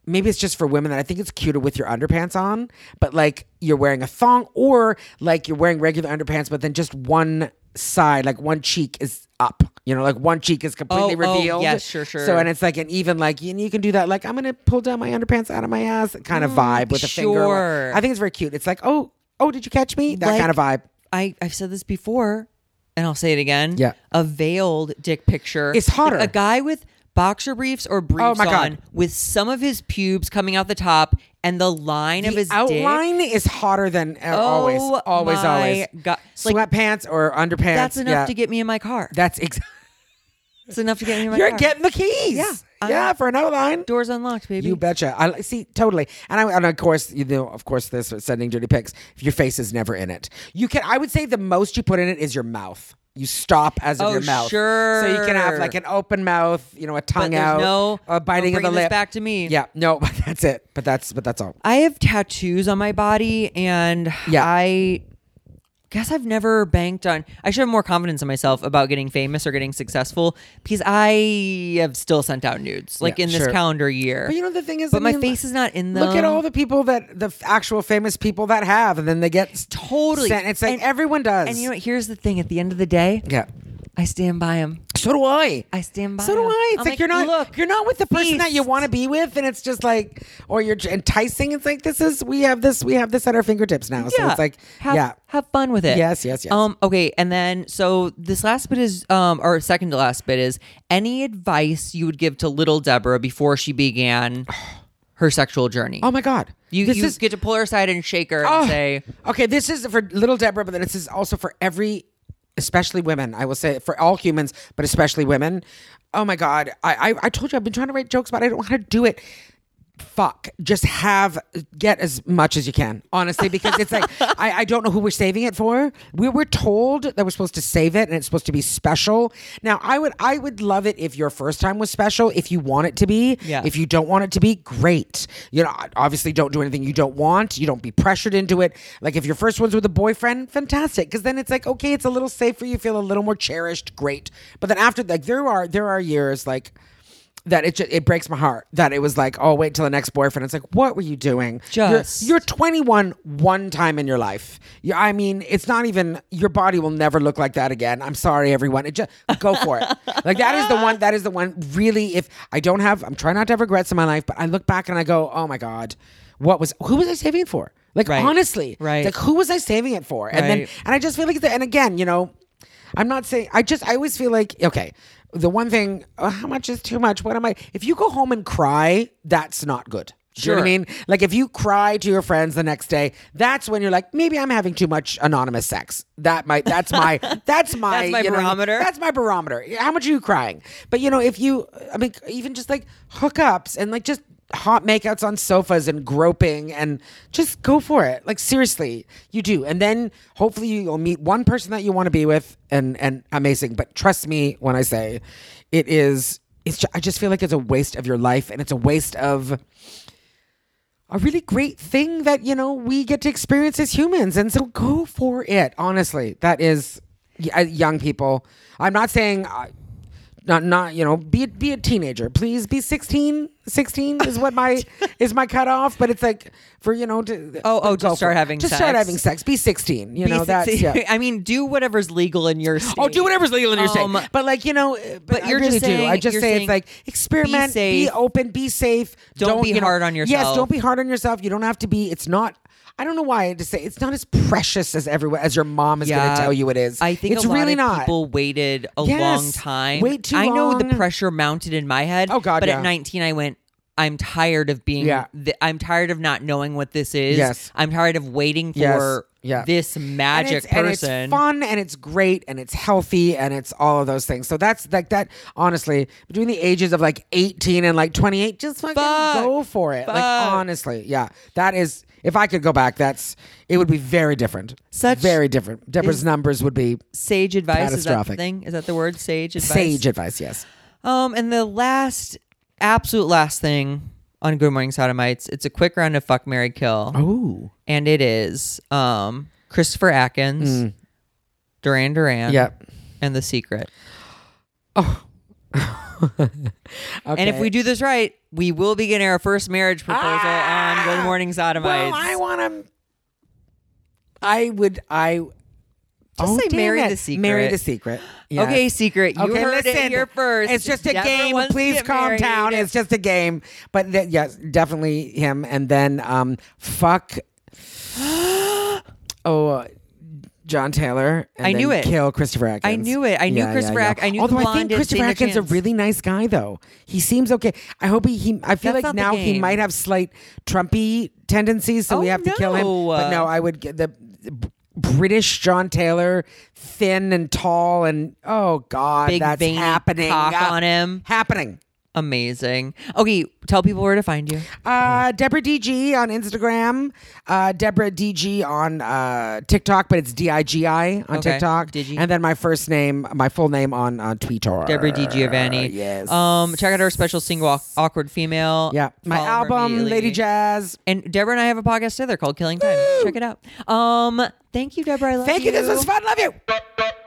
[SPEAKER 3] maybe it's just for women that I think it's cuter with your underpants on, but like you're wearing a thong or like you're wearing regular underpants, but then just one side, like one cheek is up, you know, like one cheek is completely
[SPEAKER 1] Oh, oh,
[SPEAKER 3] revealed.
[SPEAKER 1] yes, sure, sure.
[SPEAKER 3] So, and it's like an even like, and you can do that, like, I'm going to pull down my underpants out of my ass kind of vibe with a finger.
[SPEAKER 1] Mm, sure.
[SPEAKER 3] I think it's very cute. It's like, oh, oh, did you catch me? That
[SPEAKER 1] Like-
[SPEAKER 3] kind of vibe.
[SPEAKER 1] I I've said this before, and I'll say it again.
[SPEAKER 3] Yeah.
[SPEAKER 1] a veiled dick picture
[SPEAKER 3] It's hotter. Oh
[SPEAKER 1] Like a guy with boxer briefs or briefs
[SPEAKER 3] my God.
[SPEAKER 1] on, with some of his pubes coming out the top, and the line of
[SPEAKER 3] The
[SPEAKER 1] his Dick.
[SPEAKER 3] outline is hotter than uh, always,
[SPEAKER 1] Oh
[SPEAKER 3] always,
[SPEAKER 1] my
[SPEAKER 3] always.
[SPEAKER 1] God. Like-
[SPEAKER 3] Sweatpants or underpants.
[SPEAKER 1] That's enough
[SPEAKER 3] yeah.
[SPEAKER 1] to get me in my car.
[SPEAKER 3] That's exactly.
[SPEAKER 1] That's enough to get me in my
[SPEAKER 3] You're
[SPEAKER 1] car.
[SPEAKER 3] getting the keys.
[SPEAKER 1] Yeah.
[SPEAKER 3] yeah,
[SPEAKER 1] Uh,
[SPEAKER 3] for an outline.
[SPEAKER 1] doors unlocked, baby.
[SPEAKER 3] You betcha. I see totally, and I and of course you know of course this with sending dirty pics. Your face is never in it. You can I would say the most you put in it is your mouth. You stop as of
[SPEAKER 1] Oh,
[SPEAKER 3] your mouth, so you can have
[SPEAKER 1] sure.
[SPEAKER 3] like an open mouth, you know, a
[SPEAKER 1] But
[SPEAKER 3] tongue
[SPEAKER 1] there's
[SPEAKER 3] out,
[SPEAKER 1] no
[SPEAKER 3] a biting
[SPEAKER 1] we're
[SPEAKER 3] of the
[SPEAKER 1] bringing this
[SPEAKER 3] lip.
[SPEAKER 1] Back to me.
[SPEAKER 3] Yeah, no, but that's it. But that's but that's all.
[SPEAKER 1] I have tattoos on my body, and
[SPEAKER 3] Yeah.
[SPEAKER 1] I guess I've never banked on. I should have more confidence in myself about getting famous or getting successful because I have still sent out nudes, like
[SPEAKER 3] Yeah,
[SPEAKER 1] in this
[SPEAKER 3] sure.
[SPEAKER 1] calendar year.
[SPEAKER 3] But you know the thing is,
[SPEAKER 1] But
[SPEAKER 3] I
[SPEAKER 1] my
[SPEAKER 3] mean,
[SPEAKER 1] face is not in them.
[SPEAKER 3] Look at all the people that the f- actual famous people that have, and then they get s-
[SPEAKER 1] totally.
[SPEAKER 3] Sent. It's like
[SPEAKER 1] And-
[SPEAKER 3] everyone does.
[SPEAKER 1] And you know what? Here's the thing. At the end of the day,
[SPEAKER 3] yeah,
[SPEAKER 1] I stand by him.
[SPEAKER 3] So do I.
[SPEAKER 1] I stand by
[SPEAKER 3] So do
[SPEAKER 1] him.
[SPEAKER 3] I. It's
[SPEAKER 1] I'm
[SPEAKER 3] like, you're not
[SPEAKER 1] Look,
[SPEAKER 3] you're not with the person that you
[SPEAKER 1] beast.
[SPEAKER 3] want to be with, and it's just like, or you're j- enticing. It's like this is we have this we have this at our fingertips now. So it's like,
[SPEAKER 1] have,
[SPEAKER 3] yeah,
[SPEAKER 1] have fun with it.
[SPEAKER 3] Yes, yes, yes.
[SPEAKER 1] Um, okay, and then so this last bit is um, or second to last bit is any advice you would give to little Deborah before she began her sexual journey?
[SPEAKER 3] oh my god,
[SPEAKER 1] you
[SPEAKER 3] this
[SPEAKER 1] you
[SPEAKER 3] is
[SPEAKER 1] get to pull her aside and shake her and
[SPEAKER 3] Oh,
[SPEAKER 1] say,
[SPEAKER 3] okay, this is for little Deborah, but then this is also for every, especially women. I will say for all humans, but especially women. Oh my God. I, I, I told you I've been trying to write jokes, but I don't know how to do it. Fuck. Just have, get as much as you can, honestly, because it's like, I, I don't know who we're saving it for. We were told that we're supposed to save it and it's supposed to be special. Now, I would, I would love it if your first time was special, if you want it to be.
[SPEAKER 1] Yeah.
[SPEAKER 3] If you you don't want it to be great you know obviously don't do anything you don't want you don't be pressured into it like if your first one's with a boyfriend fantastic because then it's like okay it's a little safer you feel a little more cherished great but then after like there are there are years like that it ju- it breaks my heart that it was like oh wait till the next boyfriend it's like what were you doing You're-
[SPEAKER 1] Just-
[SPEAKER 3] you're, 21 one time in your life you, I mean it's not even your body will never look like that again I'm sorry everyone it just go for it like that is the one that is the one really if I don't have I'm trying not to have regrets in my life but I look back and I go oh my god what was who was I saving it for like
[SPEAKER 1] Right.
[SPEAKER 3] honestly
[SPEAKER 1] Right.
[SPEAKER 3] like who was I saving it for and then
[SPEAKER 1] Right.
[SPEAKER 3] and I just feel like the, and again you know I'm not saying I just I always feel like okay the one thing uh, how much is too much what am I if you go home and cry that's not good do you know what I
[SPEAKER 1] Sure.
[SPEAKER 3] mean? Like if you cry to your friends the next day, that's when you're like, maybe I'm having too much anonymous sex. That might that's my that's my
[SPEAKER 1] That's my
[SPEAKER 3] you know,
[SPEAKER 1] barometer.
[SPEAKER 3] that's my barometer. How much are you crying? But you know, if you I mean even just like hookups and like just hot makeouts on sofas and groping and just go for it. Like seriously, you do. And then hopefully you'll meet one person that you want to be with and and amazing. But trust me when I say it is it's ju- I just feel like it's a waste of your life and it's a waste of a really great thing that you know we get to experience as humans and so go for it honestly that is y- uh, young people i'm not saying uh, not not you know be a- be a teenager please be 16 16 is what my is my cutoff but it's like for you know to,
[SPEAKER 1] Oh, oh,
[SPEAKER 3] but go
[SPEAKER 1] just start
[SPEAKER 3] for it.
[SPEAKER 1] having
[SPEAKER 3] just start
[SPEAKER 1] sex.
[SPEAKER 3] having sex be 16 you know that's yeah
[SPEAKER 1] I mean, do whatever's legal in your state.
[SPEAKER 3] Oh, do whatever's legal in your
[SPEAKER 1] Um,
[SPEAKER 3] state. But like you know, uh, but,
[SPEAKER 1] but
[SPEAKER 3] I
[SPEAKER 1] you're just
[SPEAKER 3] really do.
[SPEAKER 1] saying-
[SPEAKER 3] I just
[SPEAKER 1] you're
[SPEAKER 3] say
[SPEAKER 1] saying
[SPEAKER 3] it's like experiment, be,
[SPEAKER 1] safe.
[SPEAKER 3] open, be safe.
[SPEAKER 1] Don't be
[SPEAKER 3] you know-
[SPEAKER 1] hard on yourself.
[SPEAKER 3] Yes, don't be hard on yourself. You don't have to be. It's not. I don't know why I had to say it's not as precious as everyone as your mom is going
[SPEAKER 1] Yeah.
[SPEAKER 3] to tell you it is.
[SPEAKER 1] I think
[SPEAKER 3] it's
[SPEAKER 1] a lot
[SPEAKER 3] really
[SPEAKER 1] of
[SPEAKER 3] not.
[SPEAKER 1] people waited a long
[SPEAKER 3] Yes.
[SPEAKER 1] time.
[SPEAKER 3] Wait too
[SPEAKER 1] I know the
[SPEAKER 3] long.
[SPEAKER 1] pressure mounted in my head.
[SPEAKER 3] Oh, God,
[SPEAKER 1] But
[SPEAKER 3] yeah.
[SPEAKER 1] at 19, I went. I'm tired of being.
[SPEAKER 3] Yeah.
[SPEAKER 1] th- I'm tired of not knowing what this is.
[SPEAKER 3] Yes.
[SPEAKER 1] I'm tired of waiting for
[SPEAKER 3] Yes. Yeah.
[SPEAKER 1] this
[SPEAKER 3] And
[SPEAKER 1] magic
[SPEAKER 3] it's-
[SPEAKER 1] person.
[SPEAKER 3] And it's fun and it's great and it's healthy and it's all of those things. So that's like that. Honestly, between the ages of like eighteen and like twenty eight, just fucking
[SPEAKER 1] Fuck.
[SPEAKER 3] go for it. Like
[SPEAKER 1] Fuck.
[SPEAKER 3] honestly, yeah, that is. If I could go back, that's it would be very different.
[SPEAKER 1] Such
[SPEAKER 3] very different. Deborah's
[SPEAKER 1] is-
[SPEAKER 3] numbers would be
[SPEAKER 1] Sage advice is that the
[SPEAKER 3] Catastrophic.
[SPEAKER 1] thing? Is that the word? Sage advice.
[SPEAKER 3] sage advice. Yes.
[SPEAKER 1] Um, and the last, absolute last thing on Good Morning Sodomites, it's a quick round of fuck, Mary kill,
[SPEAKER 3] Ooh.
[SPEAKER 1] and it is um Christopher Atkins, Duran Duran,
[SPEAKER 3] Hmm. Yep.
[SPEAKER 1] and The Secret.
[SPEAKER 3] Okay.
[SPEAKER 1] And if we do this right, we will begin our first marriage proposal
[SPEAKER 3] Ah!
[SPEAKER 1] on Good Morning Sodomites.
[SPEAKER 3] well, I want to. I would. I. Just
[SPEAKER 1] say marry the secret.
[SPEAKER 3] Marry the secret. Yes.
[SPEAKER 1] Okay, Secret, you
[SPEAKER 3] okay,
[SPEAKER 1] heard
[SPEAKER 3] listen.
[SPEAKER 1] it here first.
[SPEAKER 3] It's just a
[SPEAKER 1] Deborah
[SPEAKER 3] game.
[SPEAKER 1] wants to
[SPEAKER 3] Please
[SPEAKER 1] get
[SPEAKER 3] calm
[SPEAKER 1] married.
[SPEAKER 3] down. It's just a game. But th- yes, definitely him. And then um, fuck. oh. Uh, John Taylor. And
[SPEAKER 1] I knew
[SPEAKER 3] then
[SPEAKER 1] it.
[SPEAKER 3] Kill Christopher Atkins.
[SPEAKER 1] knew it. I knew Christopher Ack- I knew the
[SPEAKER 3] Although I
[SPEAKER 1] blonde
[SPEAKER 3] think
[SPEAKER 1] did
[SPEAKER 3] Christopher
[SPEAKER 1] stand a
[SPEAKER 3] Atkins a
[SPEAKER 1] chance.
[SPEAKER 3] really nice guy, though. He seems okay. I hope he. he I feel
[SPEAKER 1] That's not
[SPEAKER 3] like
[SPEAKER 1] the
[SPEAKER 3] now he
[SPEAKER 1] game.
[SPEAKER 3] might have slight Trumpy tendencies, so we
[SPEAKER 1] Oh,
[SPEAKER 3] have to kill him.
[SPEAKER 1] no.
[SPEAKER 3] But no, I would get the the B- British John Taylor, thin and tall, and oh god,
[SPEAKER 1] Big
[SPEAKER 3] that's
[SPEAKER 1] veiny
[SPEAKER 3] happening
[SPEAKER 1] cock
[SPEAKER 3] Ah,
[SPEAKER 1] on him.
[SPEAKER 3] Happening.
[SPEAKER 1] amazing. Okay, tell people where to find you.
[SPEAKER 3] Uh, Deborah DG on Instagram, uh, Deborah DG on uh, TikTok, but it's D I G I on
[SPEAKER 1] Okay,
[SPEAKER 3] TikTok,
[SPEAKER 1] Digi.
[SPEAKER 3] and then my first name, my full name on uh, Twitter,
[SPEAKER 1] Deborah D. Giovanni.
[SPEAKER 3] Yes.
[SPEAKER 1] Um, check out our special single, Awk- Awkward Female.
[SPEAKER 3] yeah, my
[SPEAKER 1] Follow her
[SPEAKER 3] album,
[SPEAKER 1] immediately.
[SPEAKER 3] Lady Jazz.
[SPEAKER 1] And Deborah and I have a podcast together called Killing Time. Check it out. Um, thank you, Deborah. I love
[SPEAKER 3] Thank you. This was fun. Love you.